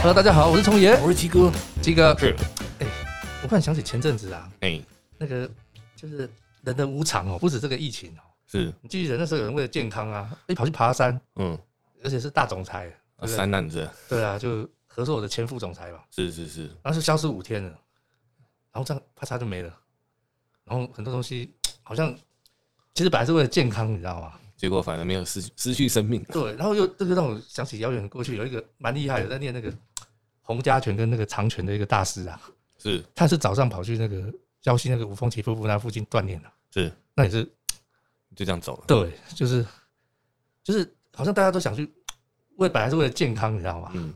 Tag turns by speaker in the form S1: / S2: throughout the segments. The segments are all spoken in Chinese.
S1: Hello，大家好，我是聪爷。
S2: 我是鸡哥，
S1: 这个，
S2: 是
S1: 我突然想起前阵子啊，
S2: 哎，
S1: 那个就是人的无常哦，不止这个疫情哦，
S2: 是
S1: 你记得那时候有人为了健康啊，哎跑去爬山，
S2: 嗯，
S1: 而且是大总裁，对
S2: 啊
S1: 不对
S2: 三难者，
S1: 对啊，就合作我的前副总裁嘛，
S2: 是是是，
S1: 然后就消失五天了，然后这样啪嚓就没了，然后很多东西好像其实本来是为了健康，你知道吗？
S2: 结果反而没有失失去生命，
S1: 对，然后又这个让我想起遥远的过去，有一个蛮厉害的，在念那个洪家拳跟那个长拳的一个大师啊，
S2: 是
S1: 他是早上跑去那个礁溪那个五峰旗瀑布那附近锻炼的、
S2: 是，
S1: 那也是
S2: 就这样走了，
S1: 对，就是就是好像大家都想去，为本来是为了健康，你知道吗？
S2: 嗯，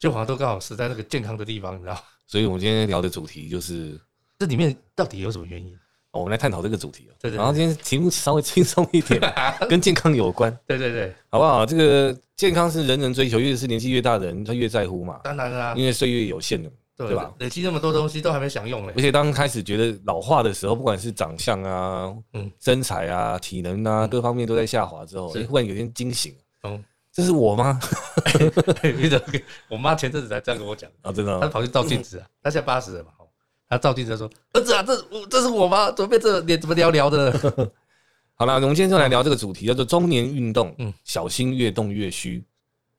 S1: 就好像都刚好死在那个健康的地方，你知道吗？
S2: 所以我们今天聊的主题就是。
S1: 这里面到底有什么原因？
S2: 哦我们来探讨这个主题哦
S1: 对对对
S2: 然后今天题目稍微轻松 一点，跟健康有关，
S1: 对对对，
S2: 好不好？这个健康是人人追求，越是年纪越大的人，他越在乎嘛，
S1: 当然啦、
S2: 因为岁月有限的，
S1: 对
S2: 对吧？？
S1: 累积那么多东西都还没享用嘞
S2: 而，且当开始觉得老化的时候，不管是长相啊、
S1: 嗯
S2: 身材啊、体能啊各方面都在下滑之后，
S1: 是
S2: 诶忽然有一天惊醒，
S1: 嗯，
S2: 这是我吗？
S1: 你怎么跟？我妈前阵子才这样跟我讲，
S2: 啊，真的
S1: 她
S2: 哦，
S1: 跑去照镜子啊，她现在八十了嘛，哦她照镜子她说：“儿子啊，这我这是我吗？怎么变这脸怎么聊聊的？
S2: 好了，我们今天就来聊这个主题，叫做中年运动，
S1: 嗯
S2: 小心越动越虚，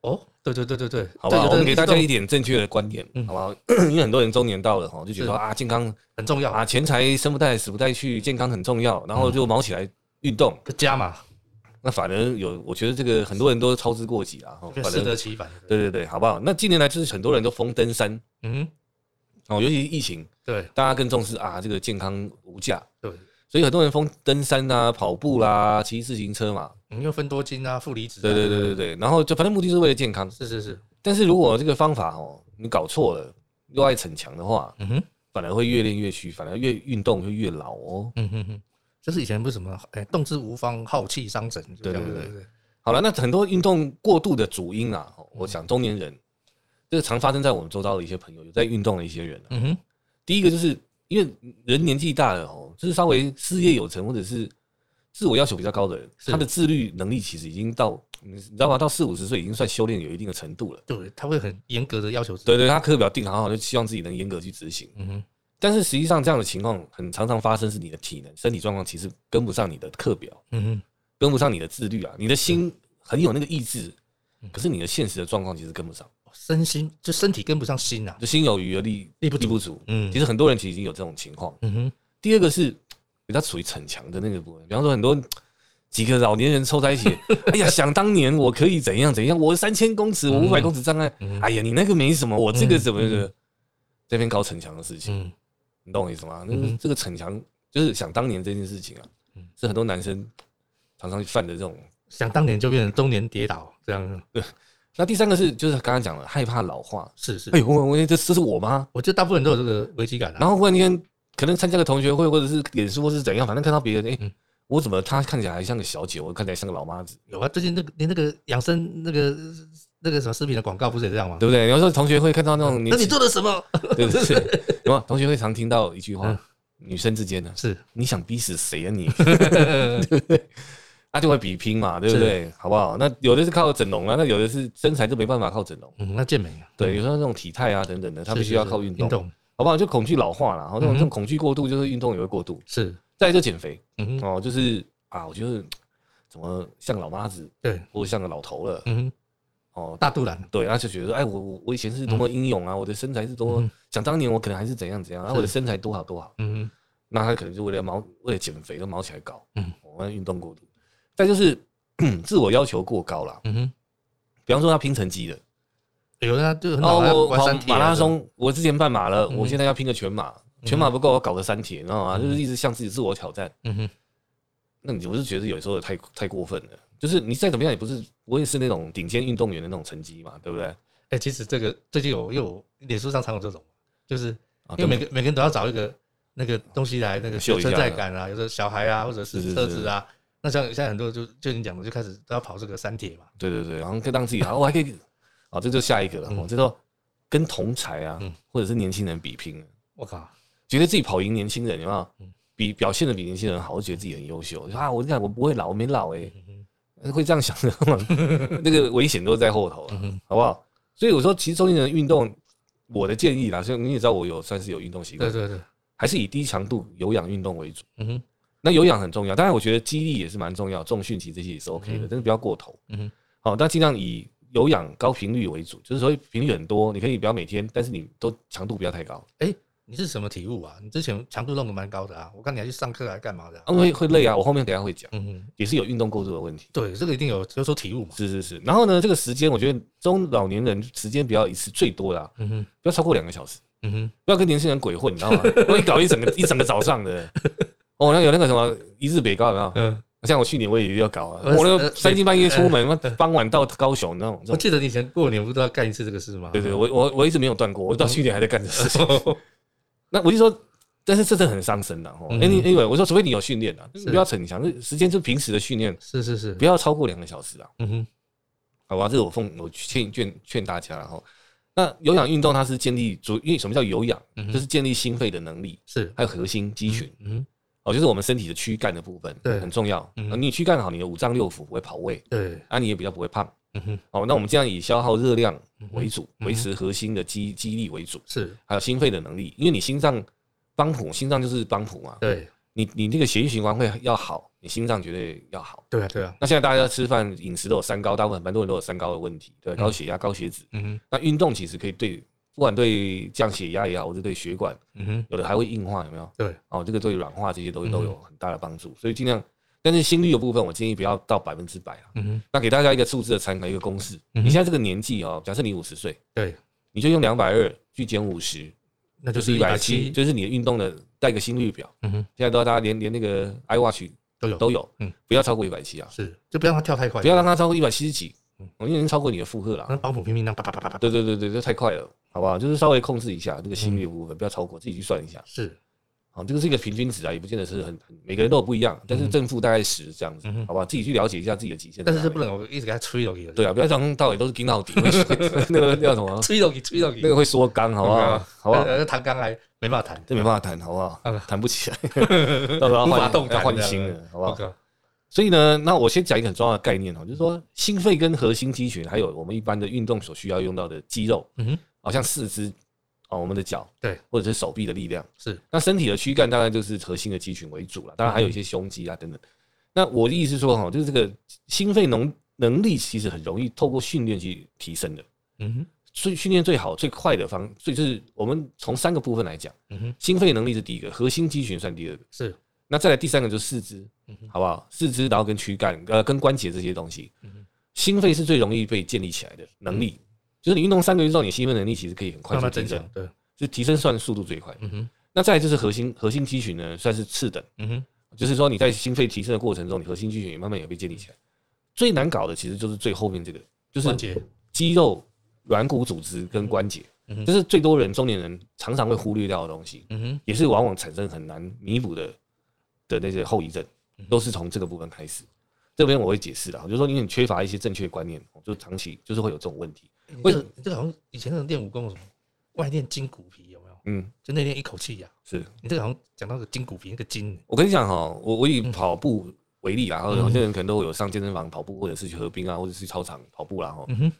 S1: 哦，对对对对对，
S2: 好不好？
S1: 对
S2: 我
S1: 对
S2: 们
S1: 对
S2: 给大
S1: 这
S2: 家
S1: 种
S2: 一点正确的观点，
S1: 嗯
S2: 好不好？ 因为很多人中年到了哈，就觉
S1: 是
S2: 得说啊，健康
S1: 很重要，
S2: 啊，钱财生不带，死不带去，健康很重要，然后就
S1: 嗯
S2: 毛起来运动，
S1: 加嘛，
S2: 那反而有，我觉得这个很多人都操之过急了，哈反
S1: 适
S2: 正
S1: 得其反。”
S2: 对对对，好不好？那近年来就是很多人都疯登山
S1: 嗯，
S2: 哦，尤其是疫情，
S1: 对
S2: 大家更重视啊，这个健康无价，
S1: 对，
S2: 所以很多人疯登山啊、跑步啦、骑自行车嘛，
S1: 你又分多金啊，负离子啊，
S2: 对对对对对，然后就反正目的是为了健康。
S1: 是是是，
S2: 但是如果这个方法哦，你搞错了，又爱逞强的话，
S1: 嗯哼，
S2: 反而会越练越虚，反而越运动会越老哦。
S1: 嗯哼哼，就是以前不是什么，哎，动之无方，好气伤神，就这样
S2: 对对对
S1: 对，
S2: 好了，那很多运动过度的主因啊，哦我想中年人这个常发生在我们周遭的一些朋友，有在运动的一些人啊、
S1: 嗯哼，
S2: 第一个就是因为人年纪大了哦，就是稍微事业有成或者是自我要求比较高的人，
S1: 是
S2: 他的自律能力其实已经到你知道吗？到四五十岁已经算修炼有一定的程度了。
S1: 对，他会很严格的要求自己，
S2: 对对，他课表定好好，就希望自己能严格去执行。
S1: 嗯哼，
S2: 但是实际上，这样的情况很常常发生，是你的体能、身体状况其实跟不上你的课表，
S1: 嗯哼，
S2: 跟不上你的自律啊。你的心很有那个意志，可是你的现实的状况其实跟不上，
S1: 身心就身体跟不上心啊，
S2: 就心有余而力
S1: 力不足
S2: 足。
S1: 嗯
S2: 其实很多人其实已经有这种情况。
S1: 嗯哼，
S2: 第二个是他属于逞强的那个部分，比方说很多几个老年人凑在一起，哎呀，想当年我可以怎样怎样，我三千公尺，我五百公尺障碍，哎呀，你那个没什么，我这个怎么的，这边搞逞强的事情，
S1: 嗯，
S2: 你懂我意思吗？那
S1: 嗯哼嗯
S2: 这个逞强就是想当年这件事情啊，是很多男生常常犯的这种。
S1: 想当年就变成中年跌倒这样，
S2: 那第三个是就是刚刚讲了，害怕老化，
S1: 是是
S2: 哎，呦，我我这这是我吗？
S1: 我觉得大部分人都有这个危机感啊，
S2: 然后忽然间可能参加个同学会或者是脸书或是怎样，反正看到别人，哎、
S1: 嗯
S2: 我怎么他看起来还像个小姐，我看起来像个老妈子，
S1: 有啊，最近那个连那个养生那个那个什么食品的广告不是也这样吗？
S2: 对不对？有时候同学会看到那种
S1: 嗯那
S2: 年
S1: 你
S2: 纪，
S1: 做了什么？
S2: 对不对？有没有同学会常听到一句话，
S1: 嗯
S2: 女生之间呢，啊
S1: 是，
S2: 你想逼死谁啊你？ 他就会比拼嘛，对不对？好不好？那有的是靠整容啊，那有的是身材就没办法靠整容。
S1: 嗯，那健美啊，
S2: 对，有时候那种体态啊等等的，他必须要靠运动，
S1: 运动
S2: 好不好？就恐惧老化了，然后这种
S1: 嗯
S2: 这种恐惧过度，就是运动也会过度。
S1: 是，
S2: 再来就减肥
S1: 嗯哼，
S2: 哦，就是啊，我觉得怎么像老妈子
S1: 对，
S2: 或者像个老头了
S1: 嗯哼，
S2: 哦，
S1: 大肚腩，
S2: 对，他就觉得哎，我我我以前是多么英勇啊，我的身材是多
S1: 嗯
S2: 么，想当年我可能还是怎样怎样，啊，
S1: 是
S2: 我的身材多好多好，
S1: 嗯
S2: 那他可能就为了毛为了减肥都毛起来搞，
S1: 嗯
S2: 嗯，我运动过度，再就是嗯自我要求过高了
S1: 哼，，嗯哼，
S2: 比方说他拼成绩的，
S1: 有人啊就很好
S2: 哦，
S1: 啊，
S2: 我
S1: 玩
S2: 跑
S1: 山铁啊
S2: 马拉，松，我之前半马了，
S1: 嗯
S2: 我现在要拼个全马，全马不够，我搞个三铁，你知道吗？就是一直向自己自我挑战，
S1: 嗯哼，
S2: 那你我是觉得有时候也太太过分了。就是你再怎么样也不是，我也是那种顶尖运动员的那种成绩嘛，对不对？
S1: 哎，其实这个最近有又有脸书上常有这种，就是因为
S2: 哦对
S1: 每个每个人都要找一个那个东西来那个
S2: 秀一下
S1: 存在感啊，有时候小孩啊，或者是
S2: 是是
S1: 车子啊，那像现在很多就就你讲的就开始都要跑这个山铁嘛，
S2: 对对对，然后可以让自己，然后我还可以，啊，这就下一个了，我这都跟同才啊
S1: 嗯，
S2: 或者是年轻人比拼，
S1: 我靠，
S2: 觉得自己跑赢年轻人，有没有
S1: 嗯？
S2: 比表现的比年轻人好，就觉得自己很优秀，啊，我这样我不会老，我没老哎、
S1: 嗯哼
S2: 会这样想的，那个危险都在后头、啊
S1: 嗯，哼
S2: 好不好？所以我说，其实中年人运动，我的建议啦，所以你也知道我有算是有运动习
S1: 对
S2: 惯，
S1: 对对，
S2: 还是以低强度有氧运动为主。
S1: 嗯哼，
S2: 那有氧很重要，当然我觉得肌力也是蛮重要，重训其实这些也是 OK 的，但是不要过头。
S1: 嗯哼，
S2: 好、但尽量以有氧高频率为主，就是说频率很多，你可以不要每天，但是你都强度不要太高，
S1: 哎、你是什么体悟啊？你之前强度弄得蛮高的啊，我看你还去上课还干嘛的啊、
S2: 啊、会会累啊。我后面等一下会讲，
S1: 嗯哼，
S2: 也是有运动过度的问题。
S1: 对，这个一定有有所体悟嘛。
S2: 是是是，然后呢，这个时间我觉得中老年人时间不要一次最多啦，
S1: 嗯哼，
S2: 不要超过两个小时，
S1: 嗯哼，
S2: 不要跟年轻人鬼混，你知 道吗？容易搞一整个一整个早上的。哦，那有那个什么一日北高有没有？
S1: 嗯，
S2: 像我去年我也要搞啊，
S1: 呃
S2: 我那
S1: 呃
S2: 个三更半夜出门，傍晚到高雄那种。这
S1: 我
S2: 种
S1: 记得你以前过年不都要干一次这个事吗？
S2: 对对，我我我一直没有断过，我
S1: 嗯
S2: 到去年还在干这事情。
S1: 对，
S2: 那我就说，但是这真的很伤身的哦。
S1: 嗯
S2: Any anyway，我说除非你有训练啊，
S1: 是
S2: 你不要逞强，这时间就平时的训练，
S1: 是是是
S2: 不，要超过两个小时啊。
S1: 嗯哼，
S2: 好吧，这个我奉我劝劝劝大家然后，那有氧运动它是建立主，因为什么叫有氧
S1: 嗯哼？
S2: 就是建立心肺的能力，
S1: 是，
S2: 还有核心肌群
S1: 嗯哼，
S2: 哦，就是我们身体的躯干的部分，
S1: 对
S2: 很重要。
S1: 嗯
S2: 啊你躯干好，你的五脏六腑不会跑位，
S1: 对，
S2: 啊，你也比较不会胖。
S1: 嗯哼，
S2: 哦，那我们这样以消耗热量为主，
S1: 嗯哼
S2: 维持核心的肌肌力为主，
S1: 是，
S2: 还有心肺的能力，因为你心脏帮浦，心脏就是帮浦嘛，
S1: 对，
S2: 你你那个血液循环会要好，你心脏绝对要好。
S1: 对啊，对啊，
S2: 那现在大家吃饭饮食都有三高，大部分蛮多人都有三高的问题，对，高血压、高血脂。
S1: 嗯哼，
S2: 那运动其实可以对，不管对降血压也好，或者对血管，
S1: 嗯哼，
S2: 有的还会硬化，有没有？
S1: 对，
S2: 哦，这个对软化这些东西都有很大的帮助，所以尽量。但是心率的部分，我建议不要到百分之百啊。
S1: 嗯哼，
S2: 那给大家一个数字的参考，一个公式。
S1: 嗯哼
S2: 你现在这个年纪哦，假设你五十岁，
S1: 对，那
S2: 你就用两百二去减五十，
S1: 那
S2: 就是一百七，，就是你的运动的带个心率表。
S1: 嗯哼，
S2: 现在都大家连连那个 iWatch
S1: 都有，
S2: 都有，
S1: 嗯
S2: 嗯，不要超过一百七啊，
S1: 是，就不要让它跳太快，
S2: 不要让它超过一百七十几，我已经超过你的负荷了。啊
S1: 让保姆拼命让叭叭叭叭叭，
S2: 对对对对，这太快了，好不好？就是稍微控制一下这个心率的部分，不要超过，自己去算一下。
S1: 是，
S2: 好，这个是一个平均值啊，也不见得是很很每个人都有不一样，但是正负大概十这样子
S1: 嗯哼，
S2: 好不好？自己去了解一下自己的极限在
S1: 但
S2: 哪里。
S1: 是这不能我一直给它吹到去，
S2: 对啊，不要从头到尾都是盯到底，会那个叫 什么？
S1: 吹到去，吹到去，
S2: 那个会缩肛，好不好？好不好？
S1: 呃，弹钢还没办法弹，
S2: 这没办法谈，好不好
S1: 嗯？
S2: 谈不起来，到 时 候要
S1: 无
S2: 换
S1: 法动弹
S2: 要换
S1: 的
S2: 新的，好不好？
S1: OK，
S2: 所以呢，那我先讲一个很重要的概念哦，就是说心肺跟核心肌群，还有我们一般的运动所需要用到的肌肉，
S1: 嗯哼，
S2: 好、像四肢哦，我们的脚
S1: 对，
S2: 或者是手臂的力量。
S1: 是，
S2: 那身体的躯干当然就是核心的肌群为主了，当然还有一些胸肌啊等等。那我的意思是说哈，就是这个心肺能能力其实很容易透过训练去提升的。
S1: 嗯哼，
S2: 所以训练最好最快的方，所以就是我们从三个部分来讲，
S1: 嗯哼，
S2: 心肺能力是第一个，核心肌群算第二个。
S1: 是，
S2: 那再来第三个就是四肢，
S1: 嗯
S2: 好不好？四肢，然后跟躯干，呃，跟关节这些东西
S1: 嗯哼，嗯
S2: 心肺是最容易被建立起来的能力。就是你运动三个月之后，你心肺能力其实可以很快
S1: 慢
S2: 速
S1: 慢
S2: 提
S1: 增
S2: 升
S1: 强，，对，
S2: 就提升算速度最快。
S1: 嗯哼，
S2: 那再来就是核心核心肌群呢，算是次等，
S1: 嗯哼，
S2: 就是说你在心肺提升的过程中，你核心肌群也慢慢也被建立起来。最难搞的其实就是最后面这个，就
S1: 关
S2: 是
S1: 节，
S2: 肌肉、软骨组织跟关节
S1: 嗯哼，
S2: 这是最多人中年人常常会忽略掉的东西。
S1: 嗯哼，
S2: 也是往往产生很难弥补的的那些后遗症，
S1: 嗯
S2: 都是从这个部分开始。这边我会解释的，就是说因为你缺乏一些正确观念，就长期就是会有这种问题。
S1: 你
S2: 为
S1: 这个你这个好像以前那种练武功有什么外练筋骨皮有没有？
S2: 嗯，
S1: 就那天一口气呀、啊
S2: 是
S1: 你这个好像讲到个筋骨皮那个筋，
S2: 我跟你讲哈，我我以
S1: 嗯
S2: 跑步为例啦，然后有些人可能都有上健身房跑步，或者是去河滨啊，或者是去操场跑步啦。哈，
S1: 嗯哼，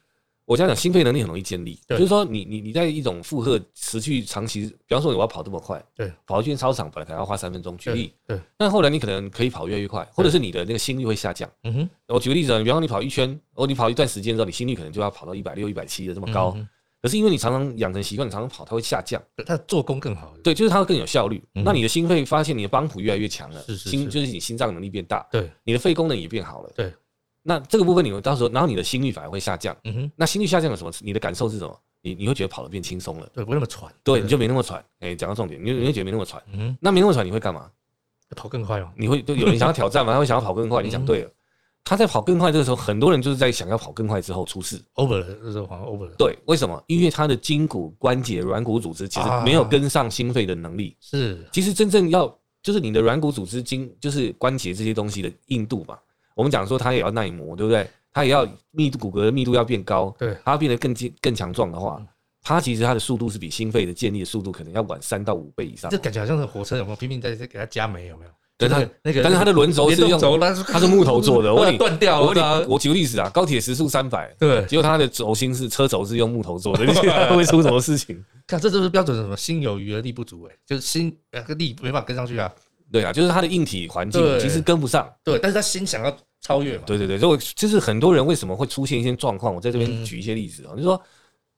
S2: 我这样讲，心肺能力很容易建立，
S1: 对
S2: 就是说你你你在一种负荷持续长期，比方说我要跑这么快，
S1: 对，
S2: 跑一圈操场本来可能要花三分钟，举例，
S1: 对，
S2: 但后来你可能可以跑越来越快，或者是你的那个心率会下降。
S1: 嗯哼，
S2: 我举个例子啊，比方说你跑一圈，哦，你跑一段时间之后，你心率可能就要跑到一百六、一百七的这么高。
S1: 嗯
S2: 可是因为你常常养成习惯，你常常跑，它会下降。
S1: 对它的做工更好，
S2: 对，就是它会更有效率。
S1: 嗯
S2: 那你的心肺发现你的帮浦越来越强了，
S1: 是是
S2: 心
S1: 是
S2: 就是你心脏能力变大，
S1: 对，
S2: 你的肺功能也变好了。
S1: 对，
S2: 那这个部分你们到时候，然后你的心率反而会下降。
S1: 嗯哼，
S2: 那心率下降有什么？你的感受是什么？你你会觉得跑得变轻松了，
S1: 对，不会那么喘，
S2: 对，你就没那么喘。哎、讲到重点，你就你会觉得没那么喘。
S1: 嗯哼，
S2: 那没那么喘，你会干嘛？
S1: 跑更快哦，
S2: 你会就有人想要挑战嘛？他会想要跑更快。你讲对了，他在跑更快这个时候，很多人就是在想要跑更快之后出事。
S1: ，over 了，这时候好像 over 了，
S2: 对，为什么？因为他的筋骨、关节、软骨组织其实没有跟上心肺的能力。
S1: 是，
S2: 其实真正要就是你的软骨组织、筋就是关节这些东西的硬度嘛。我们讲说它也要耐磨，对不对？它也要密度骨骼的密度要变高，
S1: 对，嗯
S2: 它要变得更坚更强壮的话，它其实它的速度是比心肺的建立的速度可能要晚三到五倍以上
S1: 这。感觉好像是火车有没有拼命在在给它加煤有没有？
S2: 啊对
S1: 那
S2: 它
S1: 个那个，
S2: 但是它的轮轴是
S1: 电动
S2: 用
S1: 轴，那是
S2: 它是木头做的，我问你
S1: 断掉了
S2: 我问
S1: 对啊
S2: 你，我举个例子啊，高铁时速三百，
S1: 对，
S2: 结果它的轴心是车轴是用木头做的，你觉得会出什么事情？
S1: 看这就是标准是什么心有余而力不足哎、就是心呃力没办法跟上去啊，
S2: 对啊，就是它的硬体环境
S1: 对
S2: 其实跟不上。
S1: 对，但是他心想要超越嘛，
S2: 对对对，所以我就是很多人为什么会出现一些状况，我在这边
S1: 嗯
S2: 举一些例子啊，就是说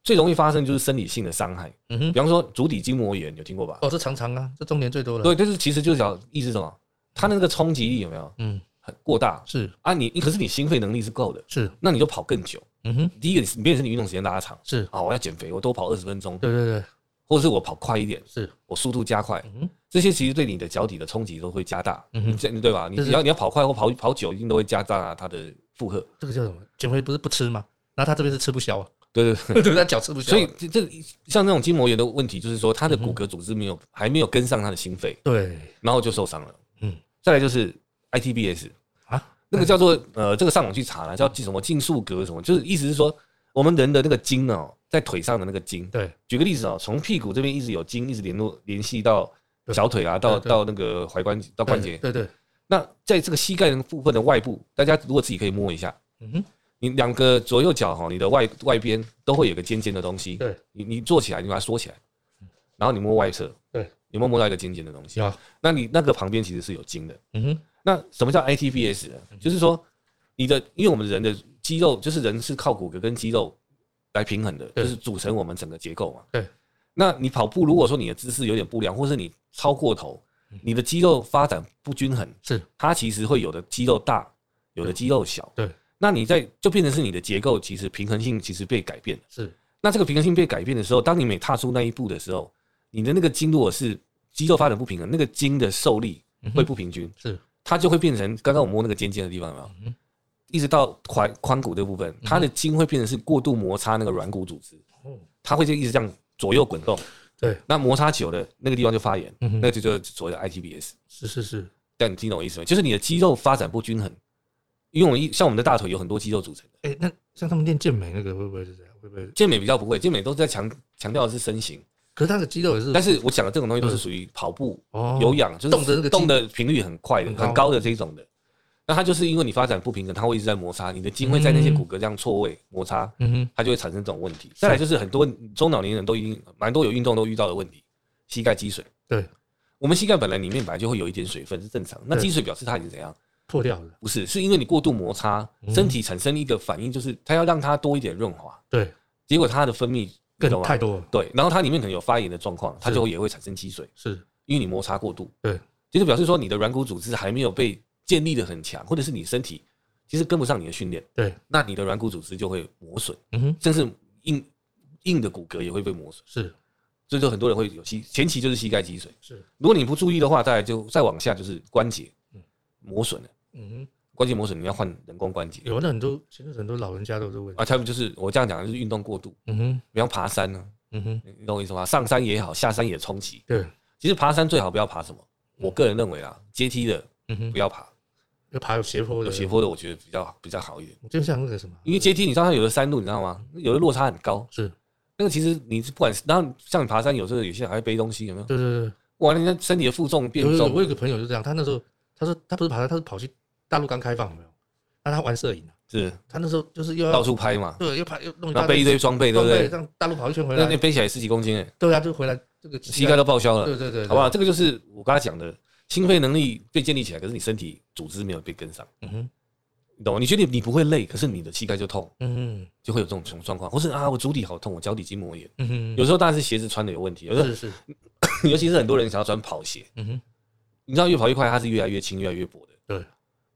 S2: 最容易发生就是生理性的伤害，
S1: 嗯哼
S2: 比，方说足底筋膜炎，有听过吧？
S1: 哦，这常常啊，这中年最多了，
S2: 对，就是其实就是讲意思是什么，它那个冲击力有没有
S1: 嗯，
S2: 很过大
S1: 是
S2: 啊你？你可是你心肺能力是够的，是
S1: 是，
S2: 那你就跑更久。
S1: 嗯哼，
S2: 第一个，你变成你运动时间拉长
S1: 是，
S2: 啊，我要减肥，我多跑二十分钟，
S1: 对对对，
S2: 或者是我跑快一点，
S1: 是，
S2: 我速度加快，
S1: 嗯哼，
S2: 这些其实对你的脚底的冲击都会加大，
S1: 嗯哼
S2: 嗯，这对吧？你
S1: 就是
S2: 只要你要跑快或跑跑久，一定都会加大它的负荷。
S1: 这个叫什么？减肥不是不吃吗？然后他这边是吃不消 啊，
S2: 对对对
S1: 对，他脚吃不消啊，
S2: 所以这这像那种筋膜炎的问题，就是说他
S1: 嗯
S2: 的骨骼组织没有、还没有跟上他的心肺，
S1: 对，
S2: 然后就受伤了。
S1: 嗯，
S2: 再来就是 ITBS
S1: 啊，
S2: 那个叫做呃，这个上网去查了，
S1: 嗯
S2: 叫什么胫束隔什么，就是意思是说我们人的那个筋哦，在腿上的那个筋，
S1: 对，
S2: 举个例子哦，从屁股这边一直有筋，一直联络联系到
S1: 对
S2: 小腿啊，到
S1: 对对
S2: 到那个踝关节到关节。
S1: 对对，对
S2: 那在这个膝盖的部分的外部，大家如果自己可以摸一下，
S1: 嗯哼，
S2: 你两个左右脚哈，你的外外边都会有个尖尖的东西。
S1: 对，
S2: 你你坐起来，你把它缩起来，然后你摸外侧，
S1: 对，
S2: 你摸摸到一个尖尖的东西。
S1: 有，
S2: 那你那个旁边其实是有筋的。
S1: 嗯哼，
S2: 那什么叫 ATBS 呢？就是说你的，因为我们人的肌肉就是人是靠骨骼跟肌肉来平衡的，
S1: 对
S2: 就是组成我们整个结构嘛。
S1: 对。
S2: 那你跑步，如果说你的姿势有点不良，或是你超过头，
S1: 嗯
S2: 你的肌肉发展不均衡，
S1: 是
S2: 它其实会有的肌肉大，有的肌肉小。
S1: 对，
S2: 那你在就变成是你的结构其实平衡性其实被改变了。
S1: 是，
S2: 那这个平衡性被改变的时候，当你每踏出那一步的时候，你的那个筋如果是肌肉发展不平衡，那个筋的受力
S1: 嗯
S2: 会不平均，
S1: 是，
S2: 它就会变成刚刚我摸那个尖尖的地方有没有？
S1: 嗯
S2: 一直到踝髋骨这部分，它的筋会变成是过度摩擦那个软骨组织，
S1: 哦，
S2: 它会就一直这样左右滚动。
S1: 对，
S2: 那摩擦久了，那个地方就发炎，
S1: 嗯哼
S2: 那就就是所谓的 ITBS。
S1: 是是是，
S2: 但你听懂我意思没？就是你的肌肉发展不均衡，因为我们一像我们的大腿有很多肌肉组成的，
S1: 哎，那像他们练健美那个会不会是这样？会不会？
S2: 健美比较不会，健美都是在强强调的是身形，
S1: 可是他的肌肉也是，
S2: 但是我讲的这种东西都是属于跑步、
S1: 哦
S2: 有氧，就是
S1: 动的那个肌
S2: 动的频率很快的、
S1: 很高
S2: 很高的这种的。那它就是因为你发展不平衡，它会一直在摩擦，你的筋会在那些骨骼这样错位摩擦，
S1: 嗯哼，
S2: 它就会产生这种问题。再来就是很多中老年人都已经蛮多有运动都遇到的问题，膝盖积水。
S1: 对，
S2: 我们膝盖本来里面本来就会有一点水分是正常，那
S1: 对
S2: 积水表示它已经怎样？
S1: 破掉了，
S2: 不是，是因为你过度摩擦，
S1: 嗯
S2: 身体产生一个反应，就是它要让它多一点润滑，
S1: 对，
S2: 结果它的分泌你
S1: 更
S2: 懂吗
S1: 太多了，
S2: 对，然后它里面可能有发炎的状况，它
S1: 是
S2: 就会也会产生积水，
S1: 是，
S2: 因为你摩擦过度。
S1: 对，
S2: 就是表示说你的软骨组织还没有被建立的很强，或者是你身体其实跟不上你的训练，
S1: 对，
S2: 那你的软骨组织就会磨损，
S1: 嗯哼，
S2: 甚至硬硬的骨骼也会被磨损。
S1: 是
S2: 所以就很多人会有膝前期就是膝盖积水，
S1: 是，
S2: 如果你不注意的话，再来就再往下就是关节磨损了，
S1: 嗯哼。
S2: 关节磨损你要换人工关节
S1: 有那很多，其实很多老人家都有这个问题。
S2: 啊，他们就是我这样讲就是运动过度，
S1: 嗯哼，
S2: 比方爬山呢、
S1: 嗯哼，
S2: 你懂我意思吗？上山也好，下山也冲击，
S1: 对，
S2: 其实爬山最好不要爬什么，我个人认为啦，阶梯的
S1: 嗯哼
S2: 不，要爬，
S1: 要爬有斜坡
S2: 有
S1: 的，
S2: 斜坡的我觉得比较比较好一点。
S1: 就像那个什么，
S2: 因为阶梯，你知道它有的山路，你知道吗？有的落差很高，
S1: 是，
S2: 那个其实你不管是，然后像你爬山，有时候有些人还会背东西，有没有？
S1: 对对对，
S2: 哇，人家身体的负重变
S1: 有有我
S2: 重，
S1: 有个朋友就这样，他那时候他说他不是爬山，他是跑去大陆刚开放有没有？那他玩摄影啊，
S2: 是
S1: 他那时候就是又
S2: 到
S1: 要
S2: 处拍嘛，
S1: 对，又爬又弄
S2: 然后背一堆装备，对
S1: 嗯装
S2: 不
S1: 备，
S2: 对？
S1: 让大陆跑一圈回
S2: 那那
S1: 来，
S2: 背起来十几公斤，哎，
S1: 对啊，就回来这个
S2: 膝盖，都报销了，
S1: 对对对，
S2: 好不好？？这个就是我刚才讲的，心肺能力被建立起来，可是你身体组织没有被跟上，
S1: 嗯哼，
S2: 你懂吗？你觉得你不会累，可是你的膝盖就痛，
S1: 嗯哼，
S2: 就会有这种种状况，或是啊，我足底好痛，我脚底筋膜炎。
S1: 嗯哼，
S2: 有时候当然是鞋子穿的有问题，有时
S1: 是是，
S2: 候尤其是很多人想要穿跑鞋，
S1: 嗯哼，
S2: 你知道越跑越快，它是越来越轻，越来越薄的。
S1: 对，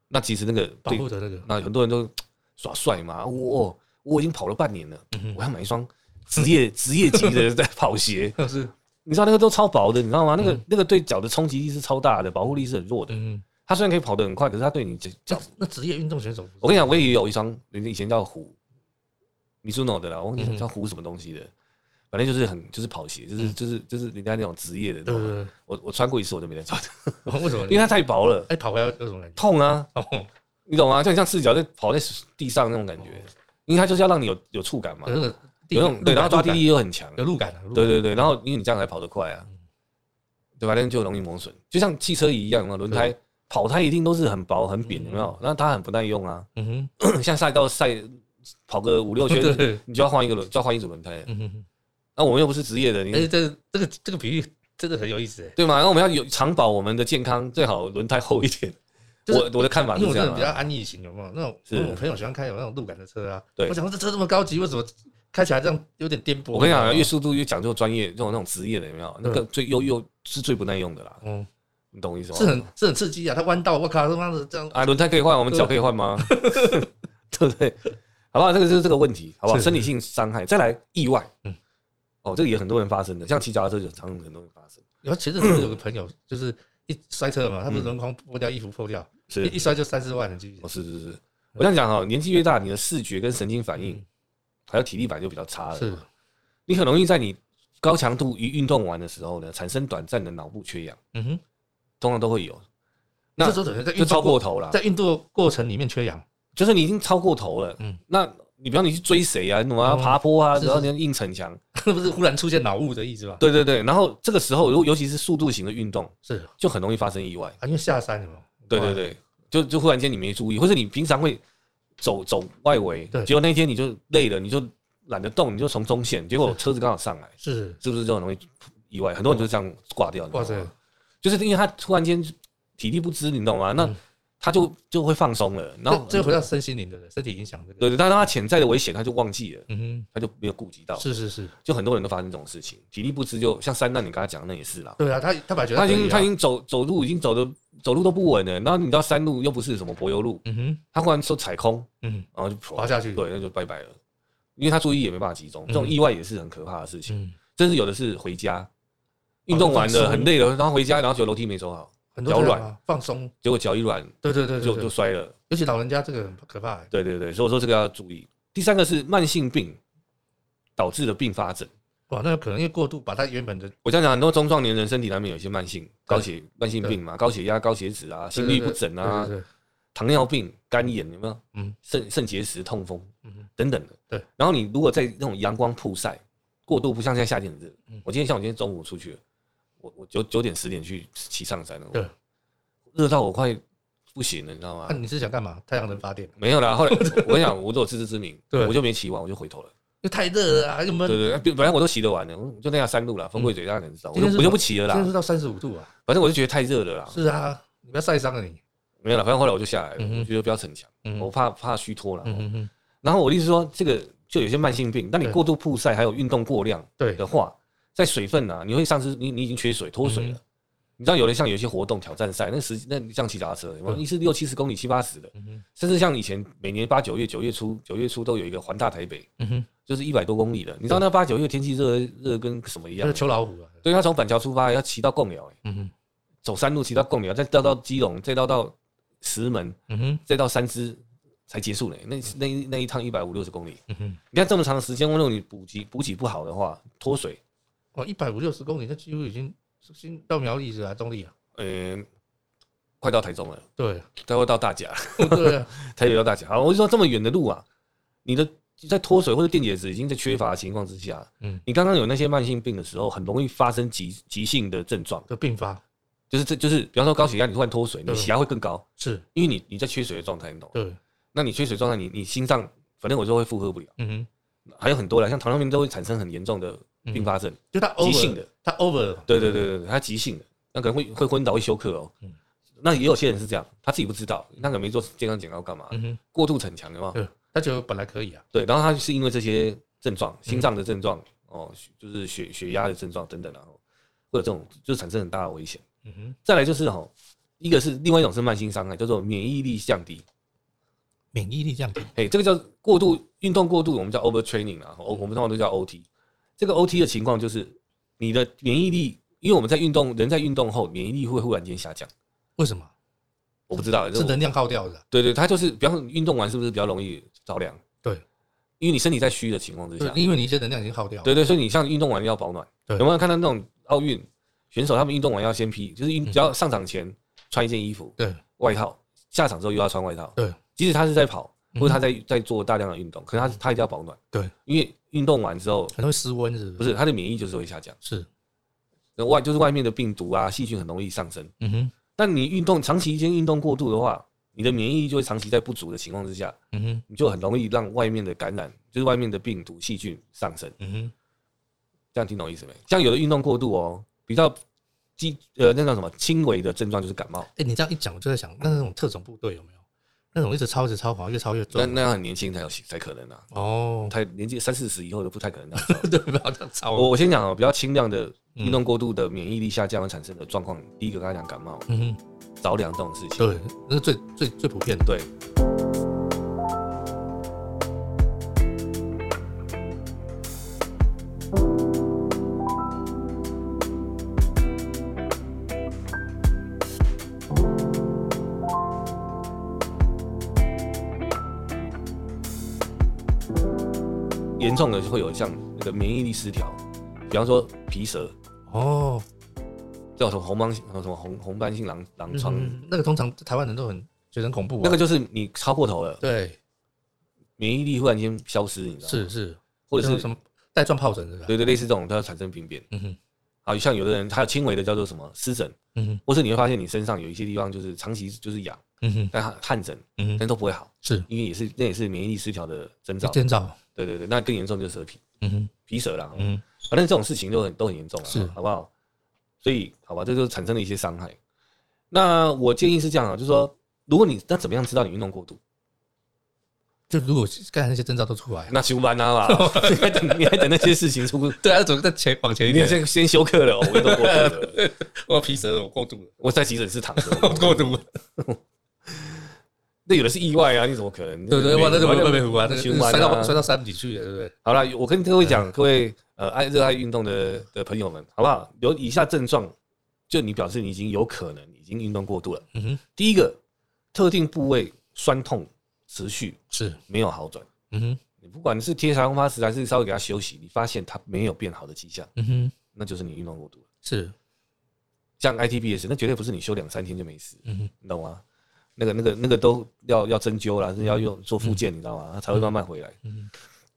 S2: 那其实那个
S1: 保
S2: 对
S1: 护的那个，
S2: 那很多人都耍帅嘛，我我已经跑了半年了，
S1: 嗯
S2: 我要买一双职业 职业级 的在跑鞋，
S1: 哼，是，
S2: 你知道那个都超薄的，你知道吗？那个、那个对脚的冲击力是超大的，保护力是很弱的。
S1: 嗯哼，
S2: 它虽然可以跑得很快，可是它对你脚脚
S1: 那，那职业运动选手，
S2: 我跟你讲，我也有一双，人家以前叫虎，米苏诺的啦，我
S1: 嗯
S2: 忘记叫虎什么东西的，反正就是很就是跑鞋，
S1: 嗯
S2: 就是就是就是人家那种职业的那
S1: 对
S2: 种，
S1: 对
S2: 我我穿过一次我就没再穿，
S1: 对，为什么？
S2: 因为它太薄了，
S1: 哎，跑回来有什么感觉？
S2: 痛啊。
S1: 哦，
S2: 你懂吗？就很像赤脚在跑在地上那种感觉，因为它就是要让你有有触感嘛
S1: 有，那个哦嗯地
S2: 有那种对，然后抓地力又很强，
S1: 有路感啊，嗯有路
S2: 对
S1: 感
S2: 对对，然后因为你这样才跑得快啊，对吧？但是就容易磨损，就像汽车一样嘛，轮胎跑胎一定都是很薄很扁，有没有？那它很不耐用啊。
S1: 嗯
S2: 像赛道赛跑个五六
S1: 哼，
S2: 圈，
S1: 对，
S2: 你就要换一个轮，就要换一组轮胎了。
S1: 嗯哼，
S2: 那我们又不是职业的，
S1: 而
S2: 你
S1: 且哎这这个这个比喻真的很有意思哎，
S2: 对吗？那我们要有长保我们的健康，最好轮胎厚一点。
S1: 就是
S2: 我我的看法
S1: 因
S2: 是
S1: 为我
S2: 这
S1: 这
S2: 样
S1: 人比较
S2: 啊，
S1: 安逸型，有没有？那种
S2: 是
S1: 因为我朋友喜欢开有那种路感的车啊，
S2: 对
S1: 我想说这车这么高级，为什么开起来这样有点颠簸？
S2: 我跟你讲啊，越速度越讲究专业，这种那种职业的有没有？那个
S1: 嗯
S2: 最又又是最不耐用的啦，
S1: 嗯，
S2: 你懂我意思吗？
S1: 是很是很刺激啊，它弯道，我靠，他妈的这样，
S2: 啊，轮胎可以换，我们脚可以换吗？ 对不对？好不好？这个就是这个问题，好不好？
S1: 是
S2: 生理性伤害，再来意外，
S1: 嗯
S2: 哦，这个也很多人发生的，像骑脚踏车就常常很多人发生，
S1: 然后前阵子有个朋友就是一摔车嘛，他不是轮框破掉，衣服破掉，
S2: 嗯是
S1: 一一摔就三四万，很记
S2: 哦，是是是，我这样讲哈，年纪越大，你的视觉跟神经反应，还有体力反应就比较差了。
S1: 嗯是，
S2: 你很容易在你高强度一运动完的时候呢，产生短暂的脑部缺氧，
S1: 嗯哼，
S2: 通常都会有，那
S1: 那时候等于在运
S2: 就
S1: 动
S2: 超过头了。
S1: 在运动过程里面缺氧，
S2: 就是你已经超过头了。
S1: 嗯
S2: 那你比方你去追谁啊，你怎么要
S1: 嗯
S2: 爬坡啊，
S1: 是
S2: 然后你要硬逞强，
S1: 那不是忽然出现脑雾的意思吧？
S2: 对对对。然后这个时候，如果尤其是速度型的运动，
S1: 是
S2: 就很容易发生意外。
S1: 啊，因为下山了嘛，
S2: 对对对，就就忽然间你没注意，或者你平常会走走外围，
S1: 对
S2: 结果那天你就累了，你就懒得动，你就从中线，结果车子刚好上来，
S1: 是，
S2: 是不是就很容易意外？很多人就这样挂掉。
S1: 哇塞
S2: 你知道吗，就是因为他突然间体力不支，你懂吗？那他就就会放松了，然后
S1: 嗯这这回到身心灵的身体影响这个，
S2: 对对，但他潜在的危险他就忘记了，
S1: 嗯
S2: 他就没有顾及到
S1: 哼，。是是是，那
S2: 就很多人都发生这种事情，体力不支就像三难，你刚才讲的那也是啦。
S1: 对啊，他他把觉得
S2: 他已
S1: 可以
S2: 经
S1: 啊
S2: 他已经走走路已经走的走路都不稳了，然后你到山路又不是什么柏油路，
S1: 嗯哼
S2: 他忽然说踩空，
S1: 嗯
S2: 然后就
S1: 滑下去
S2: 对，那就拜拜了，因为他注意也没办法集中，这种意外也是很可怕的事情。
S1: 嗯，
S2: 甚至有的是回
S1: 哦
S2: 家运动完了很累了，然后回家然后觉得楼梯没走好，
S1: 很多
S2: 脚
S1: 这样
S2: 软
S1: 啊放松，
S2: 结果脚一软
S1: 对对对对
S2: 就就
S1: 对，
S2: 摔了。
S1: 尤其老人家这个很可怕欸，
S2: 对对对，所以我说这个要注意。第三个是慢性病导致的并发症。
S1: 哇，那可能因为过度把他原本的
S2: 我这样讲，很多中壮年人身体难免有一些慢性高血慢性病嘛，高血压、高血脂啊，心律不整啊，
S1: 对对对
S2: 糖尿病、肝炎有没有？
S1: 嗯
S2: 肾肾结石、痛风
S1: 嗯哼
S2: 等等的。
S1: 对，
S2: 然后你如果在那种阳光曝晒过度，不像现在夏天很热
S1: 嗯。
S2: 我今天像我今天中午出去了，我我九九点十点去骑上山了，
S1: 对，
S2: 热到我快不行了，你知道吗
S1: 那？你是想干嘛？太阳能发电，因
S2: 没 有啦，后来我跟你讲，我都有自知之明，
S1: 对
S2: 我就没骑完，我就回头了。
S1: 为太热了啊，又闷
S2: 对，对对，本来我都骑得完了，我就那样山路了，风贵嘴大家可能知道，我
S1: 今天
S2: 就是我就不骑了
S1: 现在
S2: 啦
S1: 嗯是。到三十五度啊，
S2: 反正我就觉得太热了啦，
S1: 是啊，你不要晒伤了你，
S2: 没有了，反正后来我就下来了，
S1: 嗯哼
S2: 我觉得不要逞强，
S1: 嗯
S2: 我怕怕虚脱了。
S1: 嗯嗯嗯，
S2: 然后我的意思是说，这个就有些慢性病，当你
S1: 对
S2: 过度曝晒还有运动过量
S1: 对
S2: 的话，在水分啊，你会丧失，你你已经缺水脱水
S1: 嗯
S2: 了。你知道有的像有一些活动挑战赛，那时那像骑脚踏车，我一是六七十公里、七八十的，
S1: 嗯哼
S2: 甚至像以前每年八九月、九月初、九月初都有一个环大台北，
S1: 嗯哼，
S2: 就是一百多公里的。你知道那八九月天气热热跟什么一
S1: 那
S2: 样
S1: 是？秋老虎啊，
S2: 对，他从板桥出发要骑到贡寮、欸
S1: 嗯哼
S2: 走山路骑到贡寮，再到到基隆，再到到石门，
S1: 嗯哼
S2: 再到三芝才结束呢。那那一那一趟一百五六十公里，
S1: 嗯哼，
S2: 你看这么长的时间，如果你补给补给不好的话，脱水，
S1: 哇，一百五六十公里，那几乎已经新到苗栗是啊，中立啊，
S2: 嗯、快到台中了，
S1: 对啊
S2: 待会到大甲，
S1: 对啊，
S2: 台北到大甲。好，我就说这么远的路啊，你的在脱水或者电解质已经在缺乏的情况之下，
S1: 嗯，
S2: 你刚刚有那些慢性病的时候，很容易发生急急性的症状，
S1: 就并发
S2: 就是这就是，比方说高血压，你突然脱水，你
S1: 对
S2: 血压会更高，
S1: 是，
S2: 因为你你在缺水的状态，你懂吗？
S1: 对，
S2: 那你缺水状态，你你心脏反正我就会负荷不了，
S1: 嗯哼，
S2: 还有很多啦，像糖尿病都会产生很严重的并发症，
S1: 就他 over
S2: 急性的，
S1: 他 over 了，
S2: 对对对对对，它急性的，那可能会会昏倒会休克哦。
S1: 嗯
S2: 那也有些人是这样，他自己不知道，那个没做健康检查干嘛，
S1: 嗯哼，
S2: 过度逞强的嘛。
S1: 对，他觉得本来可以啊，
S2: 对，然后他是因为这些症状，心脏的症状、哦，就是血血压的症状等等啊，然后会有这种就产生很大的危险。
S1: 嗯哼，
S2: 再来就是哦，一个是另外一种是慢性伤害，叫做免疫力降低。
S1: 免疫力降低，
S2: 哎，这个叫过度运动过度，我们叫 overtraining 啊，我我们通常都叫 OT。这个 OT 的情况就是你的免疫力，因为我们在运动，人在运动后免疫力会忽然间下降，
S1: 为什么？
S2: 我不知道，
S1: 是
S2: 这我
S1: 能量耗掉的啊，
S2: 对对，它就是，比方说你运动完是不是比较容易着凉？
S1: 对，
S2: 因为你身体在虚的情况之
S1: 对啊
S2: 下，，
S1: 因为你一些能量已经耗掉了，
S2: 对对，所以你像运动完要保暖，
S1: 对
S2: 有没有看到那种奥运选手他们运动完要先披，就是运只要上场前穿一件衣服
S1: 对
S2: 外套，下场之后又要穿外套，
S1: 对，
S2: 即使他是在跑
S1: 嗯
S2: 或者他在在做大量的运动，可是他他一定要保暖，
S1: 对，
S2: 因为运动完之后
S1: 很容易失温是
S2: 不
S1: 是？
S2: 是他的免疫就是会下降，
S1: 是，
S2: 那外就是外面的病毒啊细菌很容易上升，
S1: 嗯哼，
S2: 但你运动长期间运动过度的话，你的免疫力就会长期在不足的情况之下，
S1: 嗯哼，
S2: 你就很容易让外面的感染，就是外面的病毒细菌上升。
S1: 嗯哼，
S2: 这样听懂意思没？像有的运动过度哦，比较激呃那叫什么轻微的症状就是感冒，
S1: 哎、你这样一讲，我就在想，那那种特种部队有没有那种一直超一直超跑，越超越
S2: 那
S1: 重？
S2: 那样很年轻才有才可能啊，
S1: 哦，
S2: 太年纪三四十以后都不太可能这样子哦。
S1: 对，不要这样超。
S2: 我我先讲哦，比较轻量的运动过度的免疫力下降而产生的状况，第一个刚才讲感冒、
S1: 嗯哼，
S2: 着凉这种事情，
S1: 对，那是最最最普遍的。
S2: 对。严重的就会有像那个免疫力失调，比方说皮舌，
S1: 哦，
S2: 叫什么红斑性什么红红斑性狼狼疮，
S1: 嗯，那个通常台湾人都很觉得很恐怖、啊。
S2: 那个就是你超过头了，
S1: 对，
S2: 免疫力忽然间消失，你知道吗？
S1: 是是，
S2: 或者
S1: 像
S2: 是
S1: 什么带状疱疹是吧？
S2: 对对，类似这种它要产生病变。
S1: 嗯哼，
S2: 好像有的人他有轻微的叫做什么湿疹，
S1: 嗯哼，
S2: 或是你会发现你身上有一些地方就是长期就是痒，
S1: 嗯哼，
S2: 但汗汗疹，
S1: 嗯哼，
S2: 但都不会好，
S1: 是
S2: 因为也是那也是免疫力失调的征兆。
S1: 建造。
S2: 对对对，那更严重就是蛇皮
S1: 嗯哼，
S2: 皮蛇啦，
S1: 嗯
S2: 反正这种事情都很都很严重了，
S1: 是
S2: 好不好？所以好吧，这就产生了一些伤害。那我建议是这样啊，就是说，如果你那怎么样知道你运动过度？
S1: 就如果刚才那些征兆都出来，
S2: 那休班啊啦，你还等你还等那些事情 出，
S1: 对啊，怎么在前往前
S2: 你要先先休克了，哦我运动过度了，
S1: 我皮蛇我过度了，
S2: 我在急诊室躺着，
S1: 我 过度了，
S2: 那有的是意外啊，你怎么可能？
S1: 对对，哇，那就被被虎啊，那个
S2: 循环啊
S1: 摔到摔到山底去了，对不对？
S2: 好了，我跟各位讲，各位呃爱热爱运动的的朋友们，好不好？有以下症状，就你表示你已经有可能已经运动过度了。
S1: 嗯哼，
S2: 第一个，特定部位酸痛持续
S1: 是，
S2: 没有好转，
S1: 嗯哼，
S2: 你不管是贴长发石还是稍微给它休息，你发现它没有变好的迹象，
S1: 嗯哼，
S2: 那就是你运动过度了。
S1: 是，
S2: 像 ITBS，那绝对不是你休两三天就没事，
S1: 嗯哼，
S2: 你懂吗？那个、那个、那个都要要针灸啦，是要用做复健，你知道吗？它才会慢慢回来。
S1: 嗯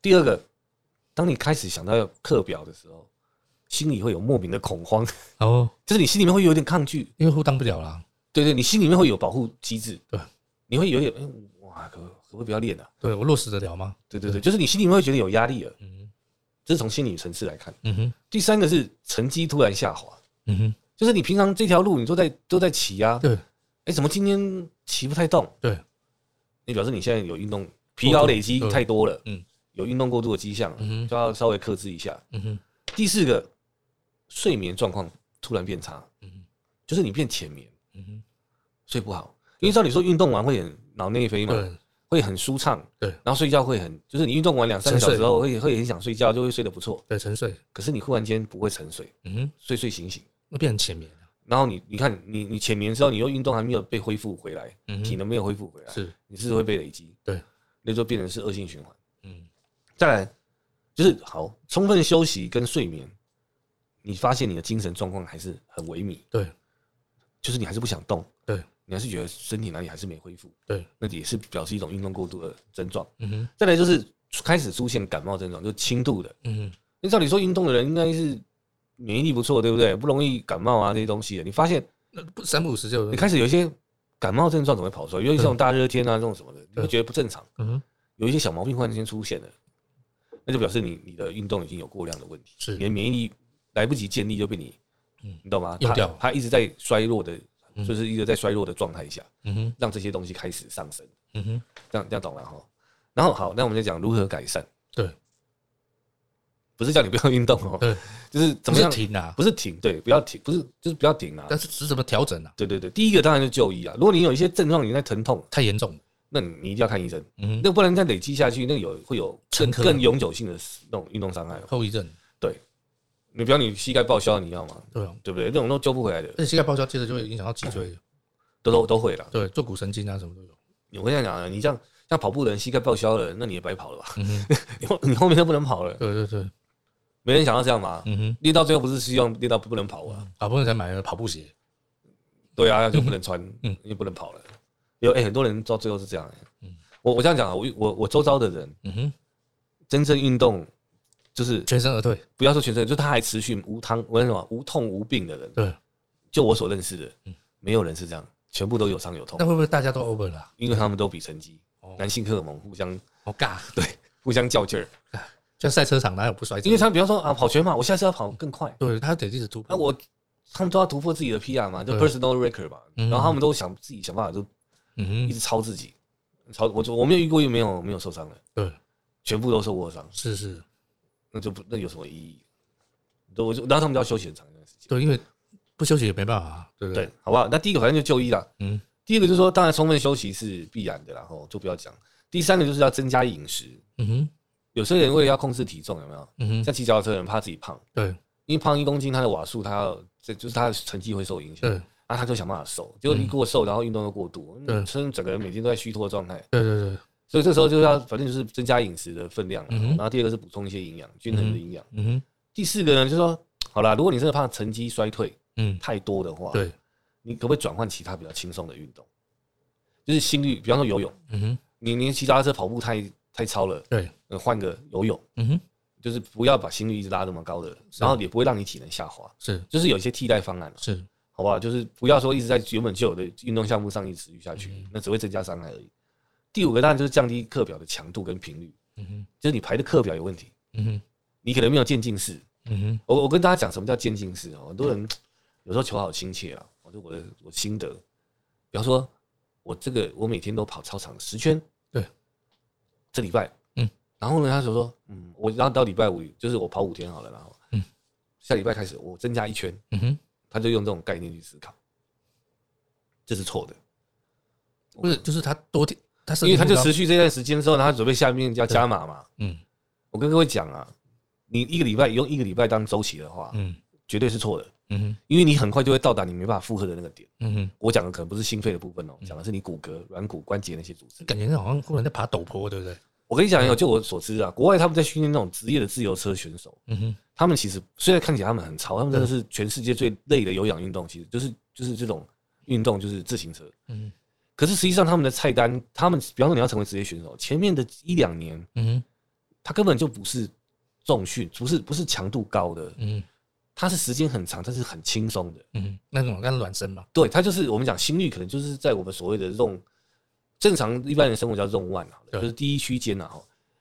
S2: 第二个，当你开始想到要课表的时候，心里会有莫名的恐慌，
S1: 然后
S2: 就是你心里面会有点抗拒，
S1: 哦因为互当不了啦，
S2: 对对，你心里面会有保护机制，
S1: 对，
S2: 你会有点，哎哇，可可不可以不要练啊？
S1: 对我落实得了吗？
S2: 对对对，就是你心里面会觉得有压力了，
S1: 嗯
S2: 这是从心理层次来看。
S1: 嗯哼，
S2: 第三个是成绩突然下滑，
S1: 嗯哼，
S2: 就是你平常这条路你都在都在骑啊，
S1: 对
S2: 哎，怎么今天骑不太动？
S1: 对，
S2: 你表示你现在有运动疲劳累积
S1: 过度
S2: 太多了，
S1: 嗯
S2: 嗯，有运动过度的迹象了，
S1: 嗯哼
S2: 就要稍微克制一下。
S1: 嗯哼，
S2: 第四个，睡眠状况突然变差，
S1: 嗯哼
S2: 就是你变浅眠，
S1: 嗯
S2: 睡不好。因为照理说运动完会很脑内啡
S1: 哼，
S2: 嘛，
S1: 对，
S2: 会很舒畅，
S1: 对
S2: 然后睡觉会很，就是你运动完两三个
S1: 沉
S2: 小
S1: 睡
S2: 时后会会很想睡觉，就会睡得不错。
S1: 对，沉睡，
S2: 可是你忽然间不会沉睡，
S1: 嗯哼，
S2: 睡睡醒醒，
S1: 那变成前面了，
S2: 然后你你看你你浅眠之后，你又运动还没有被恢复回来，
S1: 嗯
S2: 体能没有恢复回来，
S1: 是，
S2: 你是会被累积，
S1: 对，
S2: 那就变成是恶性循环。
S1: 嗯
S2: 再来就是好，充分休息跟睡眠，你发现你的精神状况还是很萎靡，
S1: 对
S2: 就是你还是不想动，
S1: 对
S2: 你还是觉得身体哪里还是没恢复，
S1: 对，
S2: 那也是表示一种运动过度的症状。
S1: 嗯哼
S2: 再来就是开始出现感冒症状，就轻度的。
S1: 嗯哼
S2: 那照理说，运动的人应该是免疫力不错，对不对？不容易感冒啊这些东西的。你发现
S1: 那不三不五时就
S2: 你，开始有一些感冒症状怎么会跑出来？尤其这种大热天啊，这种什么的，你会觉得不正常，
S1: 嗯哼，
S2: 有一些小毛病忽然间出现了，那就表示你你的运动已经有过量的问题，
S1: 是
S2: 你的免疫力来不及建立就被你，
S1: 嗯
S2: 你懂吗？
S1: 用
S2: 它
S1: 掉
S2: 它一直在衰弱的，
S1: 嗯
S2: 就是一直在衰弱的状态下，
S1: 嗯哼
S2: 让这些东西开始上升。
S1: 嗯哼，
S2: 这样这样懂了哈。然后好，那我们就讲如何改善。
S1: 对，
S2: 不是叫你不要运动哦，
S1: 对，
S2: 就是怎
S1: 怎
S2: 么
S1: 么
S2: 样，
S1: 停啊？
S2: 不是停，对，不要停，不是就是不要停啊。
S1: 但是是怎么调整啊？
S2: 对对对，第一个当然是就医啊。如果你有一些症状，你在疼痛，
S1: 太严重了，
S2: 那你一定要看医生，
S1: 嗯哼，
S2: 那不然再累积下去，那有会有更
S1: 深刻
S2: 更永久性的那种运动伤害哦。
S1: 后遗症，
S2: 你比方你膝盖报销，你要吗？
S1: 对啊，
S2: 对不对？那种都救不回来的
S1: 而，且膝盖报销接着就会影响到脊椎，
S2: 都都都会了。
S1: 对，坐骨神经啊什么都有，
S2: 我跟你讲啊，你这样像跑步的人膝盖报销了，那你也白跑了 吧？
S1: 嗯哼，
S2: 你后你后面都不能跑了，
S1: 对对对，
S2: 没人想要这样嘛。
S1: 嗯哼，嗯
S2: 练到最后不是希望练到不能跑啊？
S1: 好不容易才买了跑步鞋，
S2: 对啊，就不能穿，
S1: 嗯
S2: 嗯，也不能跑了。有哎、很多人到最后是这样、欸。
S1: 嗯
S2: 我我这样讲啊，我我我周遭的人
S1: 嗯哼，
S2: 真正运动，就是
S1: 全身而退，
S2: 不要说全身，就他还持续无汤无什么无痛无病的人，
S1: 对，
S2: 就我所认识的，没有人是这样，全部都有伤有痛
S1: 嗯那，会不会大家都 over 了啊？
S2: 因为他们都比成绩
S1: 哦，
S2: 男性荷尔蒙互相
S1: 好
S2: 啊
S1: 尬，
S2: 互相较劲儿，
S1: 像赛车场哪有不摔车？
S2: 因为他比方说啊跑全马，我下次要跑更快，
S1: 对他得一直突
S2: 那
S1: 破。
S2: 我他们都要突破自己的 PR 嘛，就
S1: 对
S2: personal record 嘛，
S1: 嗯
S2: 然后他们都想自己想办法，就一
S1: 嗯
S2: 直，超自己，超我就我没有遇过又没有没有受伤的，
S1: 对，
S2: 全部都受过伤，
S1: 是是，
S2: 那就不那有什么意义？对，我就然后他们就要休息很长一段时间，
S1: 对，因为不休息也没办法啊，对不对
S2: 对？，好不好？那第一个反正就就医啦，
S1: 嗯，
S2: 第一个就是说，当然充分休息是必然的啦，然后就不要讲。第三个就是要增加饮食，
S1: 嗯哼，
S2: 有些人为了要控制体重，有没有？
S1: 嗯哼，
S2: 像骑脚踏车的人怕自己胖，
S1: 对
S2: 因为胖一公斤，他的瓦数他要这就是他的成绩会受影响啊
S1: 对，嗯
S2: 那他就想办法瘦，结果一过瘦，然后运动又过度，
S1: 对
S2: 嗯身整个人每天都在虚脱状态，
S1: 对对对，
S2: 所以这时候就要反正就是增加饮食的分量啊，
S1: 嗯哼
S2: 然后第二个是补充一些营养，均衡的营养。
S1: 嗯哼，
S2: 第四个呢，就是说，好啦，如果你真的怕成绩衰退
S1: 嗯，
S2: 太多的话，
S1: 对，
S2: 你可不可以转换其他比较轻松的运动？就是心率，比方说游泳，
S1: 嗯哼，
S2: 你你骑脚踏车跑步太太超了，
S1: 对，
S2: 呃换个游泳，
S1: 嗯哼，
S2: 就是不要把心率一直拉那么高的，然后也不会让你体能下滑，
S1: 是
S2: 就是有一些替代方案啊、
S1: 是，
S2: 好不好？就是不要说一直在原本就有的运动项目上一直持续下去，那只会增加伤害而已。第五个当然就是降低课表的强度跟频率，
S1: 嗯哼，
S2: 就是你排的课表有问题，
S1: 嗯哼，
S2: 你可能没有渐进式。
S1: 嗯哼，
S2: 我我跟大家讲什么叫渐进式哦，很多
S1: 嗯
S2: 人有时候求好心切啊，我就我的我心得，比方说我这个我每天都跑操场十圈，
S1: 对，
S2: 这礼拜，
S1: 嗯，然
S2: 然后呢他就说，嗯，我然后到礼拜五就是我跑五天好了，然后，
S1: 嗯，
S2: 下礼拜开始我增加一圈，
S1: 嗯哼，
S2: 他就用这种概念去思考，这是错的，
S1: 不是，就是他多天，他是
S2: 因为他就持续这段时间之后，然后他准备下面要加码嘛。
S1: 嗯
S2: 我跟各位讲啊，你一个礼拜用一个礼拜当周期的话，
S1: 嗯
S2: 绝对是错的，
S1: 嗯哼，
S2: 因为你很快就会到达你没办法负荷的那个点。
S1: 嗯哼，
S2: 我讲的可能不是心肺的部分哦，讲的是你骨骼、软骨、关节那些组织。
S1: 感觉好像忽然在爬陡坡，对不对？
S2: 我跟你讲，有就我所知啊，国外他们在训练那种职业的自由车选手，
S1: 嗯哼，
S2: 他们其实虽然看起来他们很超，他们真的是全世界最累的有氧运动，其实就是就是这种运动，就是自行车。
S1: 嗯
S2: 可是实际上他们的菜单，他们比方说你要成为职业选手，前面的一两年
S1: 嗯哼，
S2: 他根本就不是重训，不是不是强度高的，
S1: 嗯
S2: 他是时间很长，但是很轻松的。
S1: 嗯哼，那种跟卵生嘛，
S2: 对，他就是我们讲心率，可能就是在我们所谓的 zone，正常一般人生活叫 zone one 好了
S1: 对
S2: 啊就是第一区间啊。哈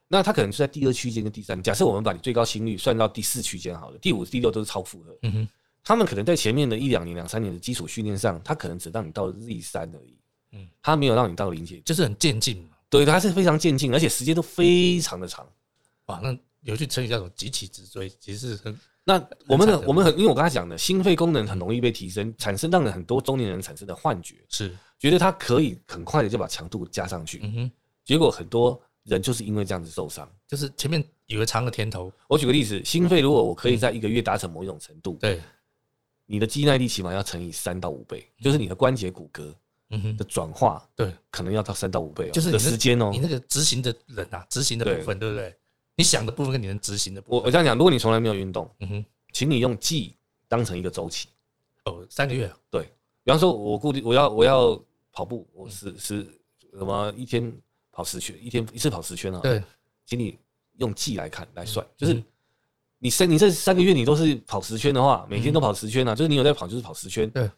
S2: 那他可能是在第二区间跟第三。假设我们把你最高心率算到第四区间好了，第五、第六都是超负荷。
S1: 嗯哼，
S2: 他们可能在前面的一两年、两三年的基础训练上，他可能只让你到 Z 三而已，
S1: 嗯
S2: 嗯，他没有让你到临界。
S1: 就是很渐进嘛。
S2: 对，他是非常渐进，而且时间都非常的长。
S1: 哇，那有句成语叫什么“急起直追”，其实是很
S2: 那我
S1: 很
S2: 们的
S1: 惨的
S2: 我们很，因为我刚才讲的，心肺功能很容易被提升，产生让人很多中年人产生的幻觉，
S1: 是，
S2: 觉得他可以很快的就把强度加上去，
S1: 嗯哼，
S2: 结果很多人就是因为这样子受伤。
S1: 就是前面以为尝了甜头，
S2: 我举个例子，心肺如果我可以在一个月达成某一种程度，
S1: 嗯对，
S2: 你的肌耐力起码要乘以三到五倍，哦就是你的关节骨骼
S1: 嗯哼
S2: 的，转化
S1: 嗯对，
S2: 可能要到三到五倍、哦，
S1: 就是你
S2: 的
S1: 那
S2: 时间哦
S1: 你。那个执行的人啊，执行的部分，对不对？你想的部分跟你能执行的部
S2: 我
S1: 分，
S2: 我这样讲，如果你从来没有运动，
S1: 嗯哼，
S2: 请你用季当成一个周期。
S1: 哦，三个月，
S2: 比方说，我固定我要我要跑步，我十十什么一天跑十圈，一天一次跑十圈啊。
S1: 对，
S2: 请你用季来看来
S1: 嗯
S2: 算，就是你三你这三个月你都是跑十圈的话，每天都跑十圈啊，就是你有在跑就是跑十圈，
S1: 嗯对，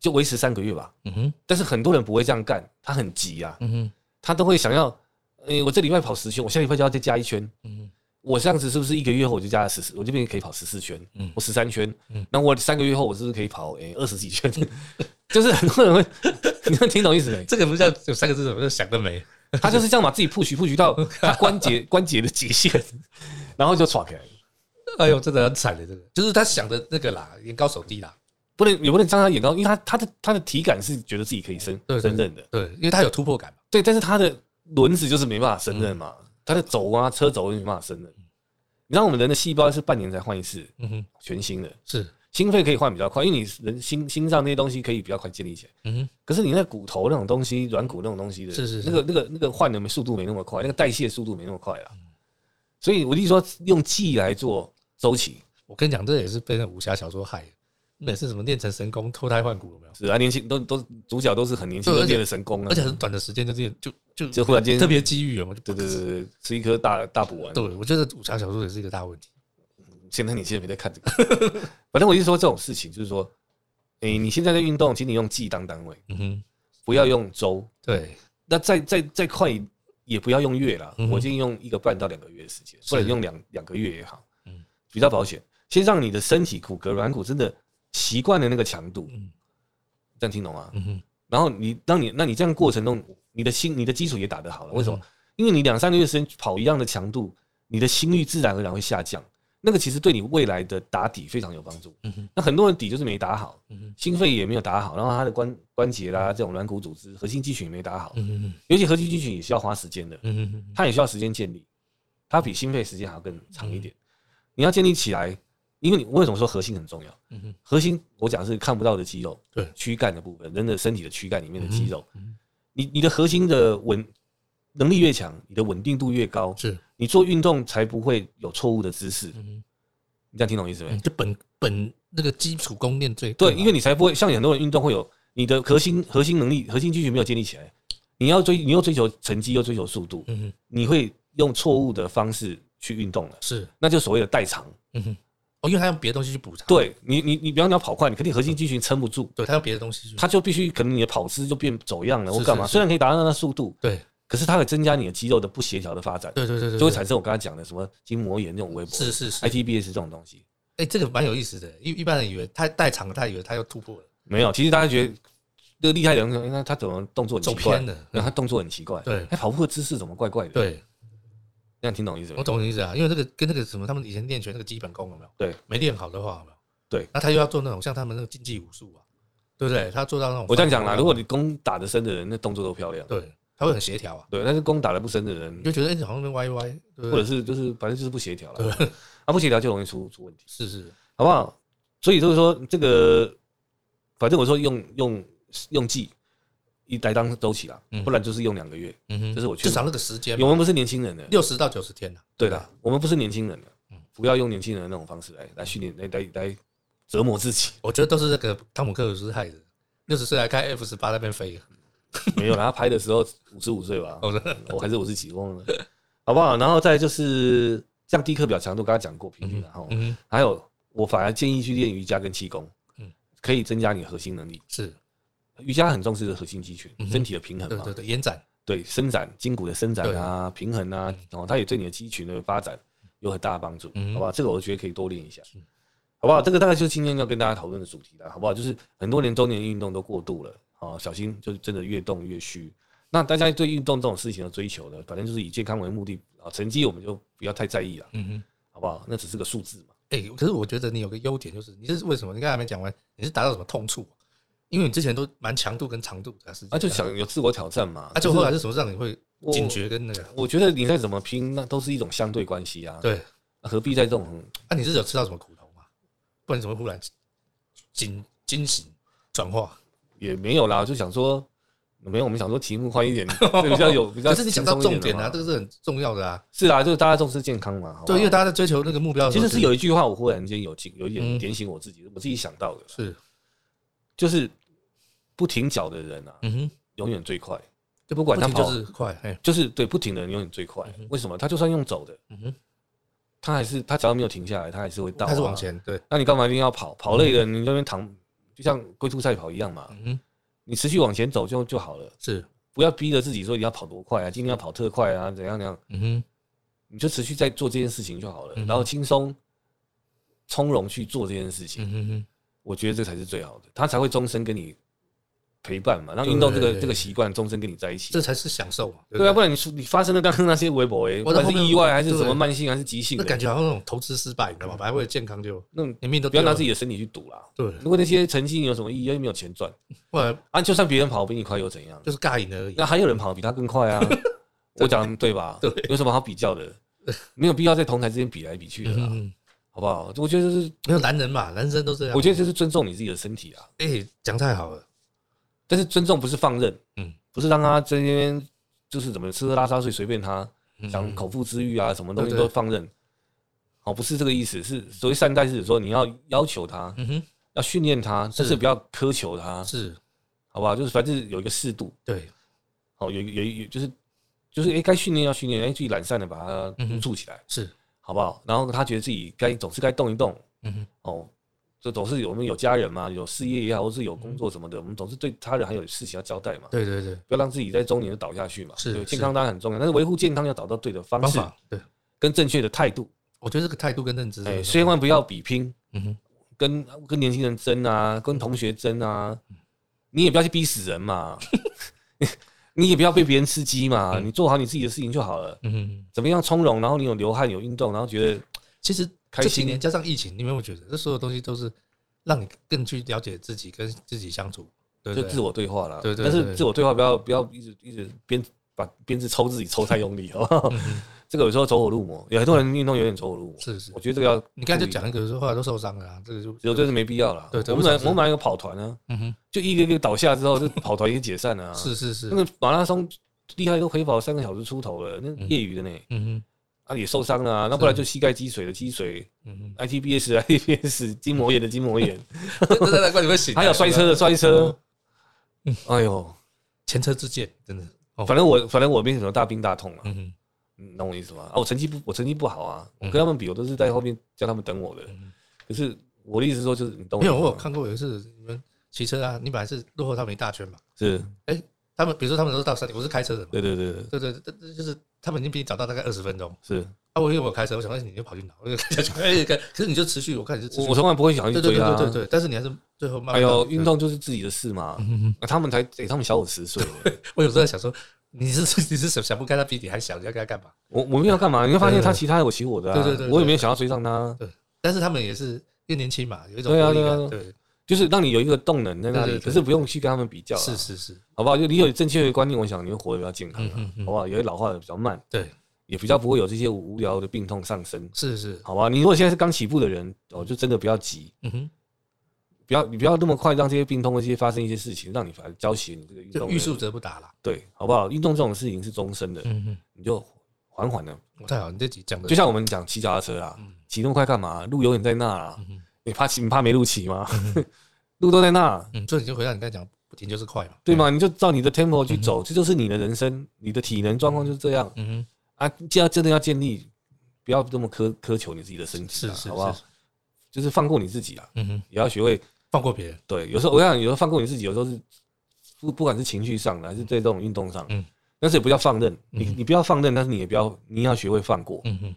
S2: 就维持三个月吧。
S1: 嗯哼，
S2: 但是很多人不会这样干，他很急啊，
S1: 嗯哼，
S2: 他都会想要，诶、我这礼拜跑十圈，我下礼拜就要再加一圈，
S1: 嗯哼，我
S2: 我这样子是不是一个月后我就加了十四，我这边可以跑十四圈，
S1: 嗯
S2: 我十三圈
S1: 嗯，
S2: 那、我三个月后我是不是可以跑诶二十几圈？ 就是很多人会，你能听懂意思 没？
S1: 这个不叫有三个字，我就想得美，
S2: 他就是这样把自己 push push 到他 关节关节的极限，然后就垮开了。
S1: 哎呦，真的很惨的，这个就是他想的那个啦，眼高手低啦，
S2: 不能也不能张他眼高，因为他他的他的体感是觉得自己可以胜
S1: 对对
S2: 胜任的，
S1: 对，因为他有突破感嘛，
S2: 对，但是他的轮子就是没办法胜任嘛，他的轴啊车轴就没办法胜任。你知道我们人的细胞是半年才换一次
S1: 嗯哼，
S2: 全新的，
S1: 是，
S2: 心肺可以换比较快，因为你人心心脏那些东西可以比较快建立起来。
S1: 嗯
S2: 可是你那骨头那种东西、软骨那种东西的，
S1: 是是是
S2: 那个那个那个换的速度没那么快，那个代谢速度没那么快啊。所以我就说用记来做周期
S1: 我跟你讲，这也是被那武侠小说害的，每次什么练成神功、脱胎换骨有没有？
S2: 是啊，年轻都都主角都是很年轻
S1: 对
S2: 就
S1: 而且
S2: 练了神功啊，
S1: 而且很短的时间就练，嗯就就
S2: 就忽然间
S1: 特别机遇有没有？就
S2: 对对对对，吃一颗大大补丸。
S1: 对，我觉得武侠小说也是一个大问题。
S2: 现在年轻人没在看这个。反正我就说这种事情，就是说哎、你现在在运动，请你用季当单位，
S1: 嗯哼，
S2: 不要用周。
S1: 对，
S2: 那再再再快也不要用月啦，
S1: 嗯哼
S2: 我建议用一个半到两个月的时间，
S1: 是
S2: 或者用两两个月也好，
S1: 嗯
S2: 比较保险。先让你的身体骨骼软骨真的习惯了那个强度，
S1: 嗯
S2: 这样听懂吗？
S1: 嗯哼，
S2: 然后你让你那你这样过程中，你的心你的基础也打得好了，为什么
S1: 嗯？
S2: 因为你两三个月时间跑一样的强度，你的心率自然而然会下降，那个其实对你未来的打底非常有帮助。
S1: 嗯哼
S2: 那很多人底就是没打好，
S1: 嗯哼，
S2: 心肺也没有打好，然后他的关关节啦、这种软骨组织、核心肌群也没打好，
S1: 嗯哼，
S2: 尤其核心肌群也需要花时间的，
S1: 嗯哼，
S2: 它也需要时间建立，它比心肺时间还要更长一点。
S1: 嗯
S2: 你要建立起来，因为你为什么说核心很重要？
S1: 嗯哼，
S2: 核心我讲是看不到的肌肉，
S1: 对
S2: 躯干的部分，人的身体的躯干里面的肌肉，
S1: 嗯
S2: 你你的核心的稳能力越强，你的稳定度越高，
S1: 是，
S2: 你做运动才不会有错误的姿势。
S1: 嗯
S2: 你这样听懂意思没？
S1: 哼，嗯就本本那个基础供链最啊
S2: 对，因为
S1: 你
S2: 你才不会像很多人运动会有你的核
S1: 嗯
S2: 心核心能力、核心肌群没有建立起来，你要追你又追求成绩又追求速度，
S1: 嗯哼
S2: 你会用错误的方式去运动了，
S1: 是，
S2: 那就所谓的代偿。
S1: 嗯哼，哦，因为他用别的东西去补偿，
S2: 对你你你，比方你要跑快，你肯定核心肌群撑不住，
S1: 对，他用别的东西去，
S2: 它就必须可能你的跑姿就变走样了
S1: 是
S2: 或干嘛。
S1: 是是
S2: 虽然可以达到那速度，
S1: 对
S2: 可是它会增加你的肌肉的不协调的发展，
S1: 对对对对，
S2: 就会
S1: 对
S2: 产生我刚才讲的什么筋膜炎这种微博、哎
S1: 是是是，
S2: ITBS 这种东西。
S1: 哎，这个蛮有意思的，一一般人以为他代偿，他以为他要突破了，
S2: 没有，其实大家觉得这个厉害的人说，哎那他怎么动作很奇
S1: 走
S2: 怪
S1: 偏了？
S2: 然后他动作很奇怪，哎
S1: 对
S2: 他跑步的姿势怎么怪怪的？，
S1: 对，
S2: 这样听懂意思
S1: 我
S2: 吗？
S1: 懂你意思啊，因为这个跟那个什么，他们以前练拳那个基本功有没有？
S2: 对，
S1: 没练好的话有没有？
S2: 对，
S1: 那他又要做那种像他们那个竞技武术啊，对不对？他做到那种，
S2: 我这样讲啦，如果你弓打得深的人，那动作都漂亮。
S1: 对，他会很协调啊，
S2: 对，但是弓打得不深的人
S1: 你，就觉得哎，好像那歪歪，对不
S2: 或者
S1: 对？
S2: 是就是反正就是不协调
S1: 对
S2: 了，啊，不协调就容易出出问题，
S1: 是是，
S2: 好不好？所以就是说，这个反正我说用用用剂一来当周期啦，
S1: 嗯
S2: 不然就是用两个月。
S1: 嗯哼
S2: 这是我劝
S1: 至少那个嗯时间
S2: 我们不是年轻人的，
S1: 六十到九十天啊了，
S2: 对的，我们不是年轻人的
S1: 嗯，
S2: 不要用年轻人的那种方式来来训练，来来来折磨 自己。
S1: 我觉得都是那个汤姆克鲁斯害的，六十岁还开 F 十八那边飞，
S2: 没有啦，他拍的时候五十五岁吧，
S1: 哦是
S2: 我还是五十几，忘了，好不好？然后再来就是降低课表强度，刚刚讲过频率啦，然后、
S1: 嗯哼，
S2: 还有我反而建议去练瑜伽跟气功，
S1: 嗯
S2: 可以增加你的核心能力。
S1: 是
S2: 瑜伽很重视核心肌群
S1: 嗯、哼
S2: 身体的平衡
S1: 对
S2: 嘛，
S1: 对对，延展，
S2: 对伸展筋骨的伸展啊、平衡啊，然后它也对你的肌群的发展有很大的帮助，
S1: 嗯
S2: 好不好？这个我觉得可以多练一下，好不好？这个大概就是今天要跟大家讨论的主题了，好不好？就是很多年中年运动都过度了，啊，小心就是真的越动越虚。那大家对运动这种事情的追求呢，反正就是以健康为目的啊，成绩我们就不要太在意了，
S1: 嗯哼。
S2: 好不好？那只是个数字嘛。
S1: 哎、可是我觉得你有个优点，就是你是为什么？你刚才还没讲完，你是达到什么痛处？因为你之前都蛮强度跟长度的时间
S2: 啊，就想有自我挑战嘛。
S1: 啊，就后来是什么让你会
S2: 我
S1: 警觉跟那个？
S2: 我觉得你再怎么拼，那都是一种相对关系啊。
S1: 对，
S2: 何必在这种很
S1: 啊，你是有吃到什么苦头吗？不然你怎么会忽然惊惊醒转化？
S2: 也没有啦？就想说没有，我们想说题目换一 点，对比较有比较
S1: 可是
S2: 轻松一点的嘛。
S1: 你讲到重点啊，这个是很重要的啊。
S2: 是啊，就是大家重视健康嘛。好不好
S1: 对，因为大家在追求那个目标的时
S2: 其
S1: 候，
S2: 实是有一句话，我忽然间有警有一
S1: 嗯
S2: 点点醒我自己，我自己想到的啦，
S1: 是，
S2: 就是不停脚的人啊，
S1: 嗯哼，
S2: 永远最快。就不管他
S1: 不仅
S2: 跑
S1: 就是快，哎、
S2: 就是对不停的人永远最快。为什么？他就算用走的，
S1: 嗯哼，
S2: 他还是他只要没有停下来，他还是会到啊。
S1: 还是往前，对，
S2: 那你干嘛一定要跑？跑累了，你那边躺，就像龟兔赛跑一样嘛。
S1: 嗯哼，
S2: 你持续往前走就就好了，
S1: 是，
S2: 不要逼着自己说你要跑多快啊，今天要跑特快啊，怎样怎样，
S1: 嗯哼，
S2: 你就持续在做这件事情就好了，
S1: 嗯
S2: 然后轻松、从容去做这件事情，
S1: 嗯哼哼，
S2: 我觉得这才是最好的，他才会终身跟你陪伴嘛，让运动这个
S1: 对
S2: 这个习惯终身跟你在一起
S1: 这。才是享受嘛，对不
S2: 对啊，
S1: 对？
S2: 不然你说你发生了刚刚那些微博，哎，不
S1: 我在
S2: 管
S1: 后面
S2: 是意外还是
S1: 对
S2: 什么慢性还是急性
S1: 那
S2: 的
S1: 感，觉好像那种投资失败，你知道吗？反正为了健康就
S2: 那种
S1: 你命都
S2: 不要
S1: 丢
S2: 拿
S1: 了
S2: 自己的身体去赌啦。
S1: 对，
S2: 如果那些成绩有什么意义，又没有钱赚
S1: 后来
S2: 啊，就算别人跑比你快又怎样？
S1: 就是尬赢而已。
S2: 那还有人跑得比他 更快啊！我讲对吧？
S1: 对
S2: 有什么好比较的？没有必要在同台之间比来比去的啦，
S1: 嗯，
S2: 好不好？我觉得就是，
S1: 没有男人嘛，男生都这样。
S2: 我
S1: 我
S2: 觉得就是尊重你自己的身体啊。
S1: 哎、讲太好了，
S2: 但是尊重不是放任，
S1: 嗯
S2: 嗯，不是让他这边就是怎么吃喝拉撒睡随便他，
S1: 嗯
S2: 想口腹之欲啊，什么东西
S1: 对对
S2: 都放任。哦，不是这个意思，是所谓善待是指说你要要求他，
S1: 嗯哼，
S2: 要训练他，但是不要苛求他，
S1: 是
S2: 好不好？就是反正有一个适度，
S1: 对，
S2: 哦，有有有就是就是哎，该训练要训练，哎，自己懒散的把它
S1: 嗯
S2: 督促起来。
S1: 是，
S2: 好不好？然后他觉得自己该总是该动一动
S1: 嗯哼，
S2: 哦，就总是有我们有家人嘛，有事业也好，或是有工作什么的，我们总是对他人还有事情要交代嘛，
S1: 对对对，
S2: 不要让自己在中年就倒下去嘛。
S1: 是
S2: 对
S1: 是
S2: 健康当然很重要，但是维护健康要找到对的方
S1: 方
S2: 式
S1: 法对，
S2: 跟正确的态度。
S1: 我觉得这个态度跟认知是
S2: 哎，
S1: 很重要，
S2: 千万不要比拼，
S1: 嗯哼，
S2: 跟跟年轻人争啊，跟同学争啊，你也不要去逼死人嘛， 你也不要被别人吃鸡嘛，你做好你自己的事情就好了。
S1: 嗯哼，
S2: 怎么样从容，然后你有流汗有运动，然后觉得
S1: 其实
S2: 开
S1: 这几
S2: 心
S1: 年加上疫情，你有没有觉得这所有东西都是让你更去了解自己，跟自己相处，对不
S2: 就
S1: 对
S2: 自我对话了。
S1: 对对
S2: 但是
S1: 对
S2: 自我对话不要不要一直一直鞭把鞭子抽自己抽太用力哦， 这个有时候走火入魔，有很多人运动有点走火入魔。
S1: 嗯是是
S2: 我，觉得这个要
S1: 你刚才就
S2: 注意，
S1: 讲一个说后来都受伤了啊，这个就
S2: 只有这是没必要了。
S1: 对对
S2: 我们
S1: 不
S2: 买
S1: 想
S2: 我们买一个跑团啊，
S1: 嗯哼，
S2: 就一个一个倒下之后，这跑团也解散了啊。
S1: 是是是
S2: 那，个马拉松厉害都可以跑三个小时出头了，那业余的呢，
S1: 嗯哼
S2: 啊也受伤了、啊，那不然就膝盖积水的积水
S1: 嗯 哼，
S2: ，ITBS 的 ITBS，筋膜炎的筋 膜炎，
S1: 真的难怪你会醒来，
S2: 还有摔车的摔车，
S1: 嗯
S2: 哎呦，
S1: 前车之鉴，真的哦，
S2: 反正我反正我没什么大病大痛了、啊
S1: 嗯哼，
S2: 你懂我意思吗？啊，我成绩不我成绩不好啊，
S1: 嗯
S2: 我跟他们比，我都是在后面叫他们等我的，可是我的意思是说就是你懂
S1: 没有，我有
S2: 我意思吗
S1: 看过有一次你们骑车啊，你本来是落后他们一大圈嘛，
S2: 是，
S1: 他们比如说他们都是到山顶，我是开车的嘛，
S2: 对对对对
S1: 对对，对对就是他们已经比你早到大概二十分钟。
S2: 是，
S1: 啊，我因为我开车，我想到你就跑去拿，我就开下去，哎，可可是你就持续，我看你就持
S2: 我
S1: 续
S2: 我，从来不会想要
S1: 对
S2: 去
S1: 对
S2: 追
S1: 对
S2: 他、
S1: 对
S2: 啊，
S1: 对对，但是你还是最后慢慢
S2: 还有
S1: 到
S2: 运，动就是自己的事嘛，
S1: 嗯
S2: 啊、他们才、诶他们小我 十岁。
S1: 对我有时候在想说，你是你是想想不开，他比你还小，你要跟他干嘛？
S2: 我我没有干嘛，你会发现
S1: 对对
S2: 他骑他的，我骑我的、啊，
S1: 对对对对
S2: 我也没有想要追上他，啊
S1: 对，但是他们也是越年轻嘛，有一种
S2: 对啊
S1: 活力感
S2: 对啊
S1: 对，
S2: 就是让你有一个动能在那里，
S1: 对对对
S2: 可是不用去跟他们比较啦，啊
S1: 是是是，
S2: 好不好？就你有正确的观念，我想你会活得比较健康、啊，
S1: 嗯嗯嗯
S2: 好不好？也会老化的比较慢，
S1: 对，
S2: 也比较不会有这些无聊的病痛上升，
S1: 是是，
S2: 好吧？你如果现在是刚起步的人，哦，就真的不要急，
S1: 嗯哼，
S2: 不要你不要那么快让这些病痛这些发生一些事情，让你反而浇熄你这个运
S1: 就
S2: 动
S1: 欲
S2: 的，
S1: 速则不达啦。
S2: 对，好不好？运动这种事情是终身的，
S1: 嗯哼，
S2: 你就缓缓的，
S1: 我太好，你这集讲的
S2: 就像我们讲骑脚踏车啊，骑那么快干嘛？路永远在那啊。
S1: 嗯嗯哼
S2: 你怕骑，你怕没路骑吗？ 路都在那，啊
S1: 嗯，所以你就回到你刚才讲，不停就是快嘛，
S2: 对吗？你就照你的 tempo 去走，这就是你的人生，你的体能状况就是这样
S1: 嗯
S2: 啊。既要真的要建立，不要这么苛苛求你自己的身
S1: 哼，
S2: 体
S1: 是
S2: 啊，
S1: 是
S2: 好不好
S1: 是，？
S2: 就是放过你自己啊，
S1: 嗯哼，
S2: 也要学会
S1: 放过别人，
S2: 对。有时候我想，有时候放过你自己，有时候是不不管是情绪上的，还是在这种运动上，
S1: 嗯
S2: 但是也不要放任，你你不要放任，但是你也不要，你要学会放过，
S1: 嗯哼，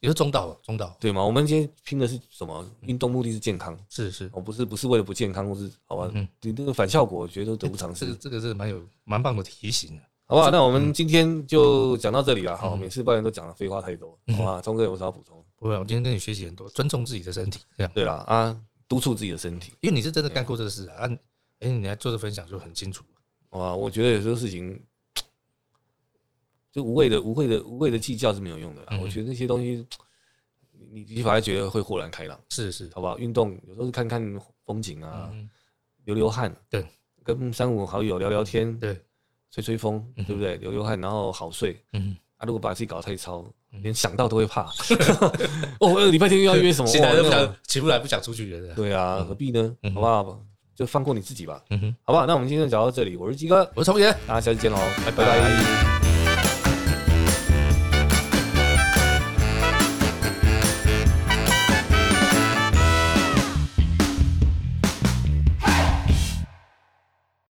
S1: 也是中岛中岛，
S2: 对吗？我们今天拼的是什么？运动目的是健康，
S1: 是是，
S2: 我不是不是为了不健康，或是好吧？
S1: 嗯
S2: 你那个反效果，我觉得都得不偿失
S1: 这。个这个是嗯蛮有蛮棒的提醒的，
S2: 好不好？那我们今天
S1: 嗯
S2: 就讲到这里了。好，每次抱怨都讲的废话太多，好吧？钟哥有没有什么要补充？
S1: 不会啊，我今天跟你学习很多，尊重自己的身体，这样，
S2: 对了啊，督促自己的身体
S1: 因为你是真的干过这个事啊，啊哎，你来做的分享就很清楚，
S2: 哇，我觉得有时候事情就无谓的、
S1: 嗯
S2: 无谓的、无谓的计较是没有用的啦。我觉得那些东西，你你反而觉得会豁然开朗，
S1: 是是，
S2: 好不好？运动有时候是看看风景啊，
S1: 嗯，
S2: 流流汗，
S1: 对，
S2: 跟三五好友聊聊天，
S1: 对，
S2: 吹吹风，对不对？流流汗，然后好睡。
S1: 嗯，
S2: 啊，如果把自己搞太超，连想到都会怕。 哦，呃礼拜天又要约什么？
S1: 醒来
S2: 哇
S1: 都不
S2: 那种
S1: 想起嗯不来，不想出去的，
S2: 对啊，何必呢？好不好？就放过你自己吧，
S1: 嗯哼，
S2: 好不好？那我们今天就聊到这里，我是鸡哥，
S1: 我是童言。
S2: 大家下次见喽，拜
S1: 拜
S2: 拜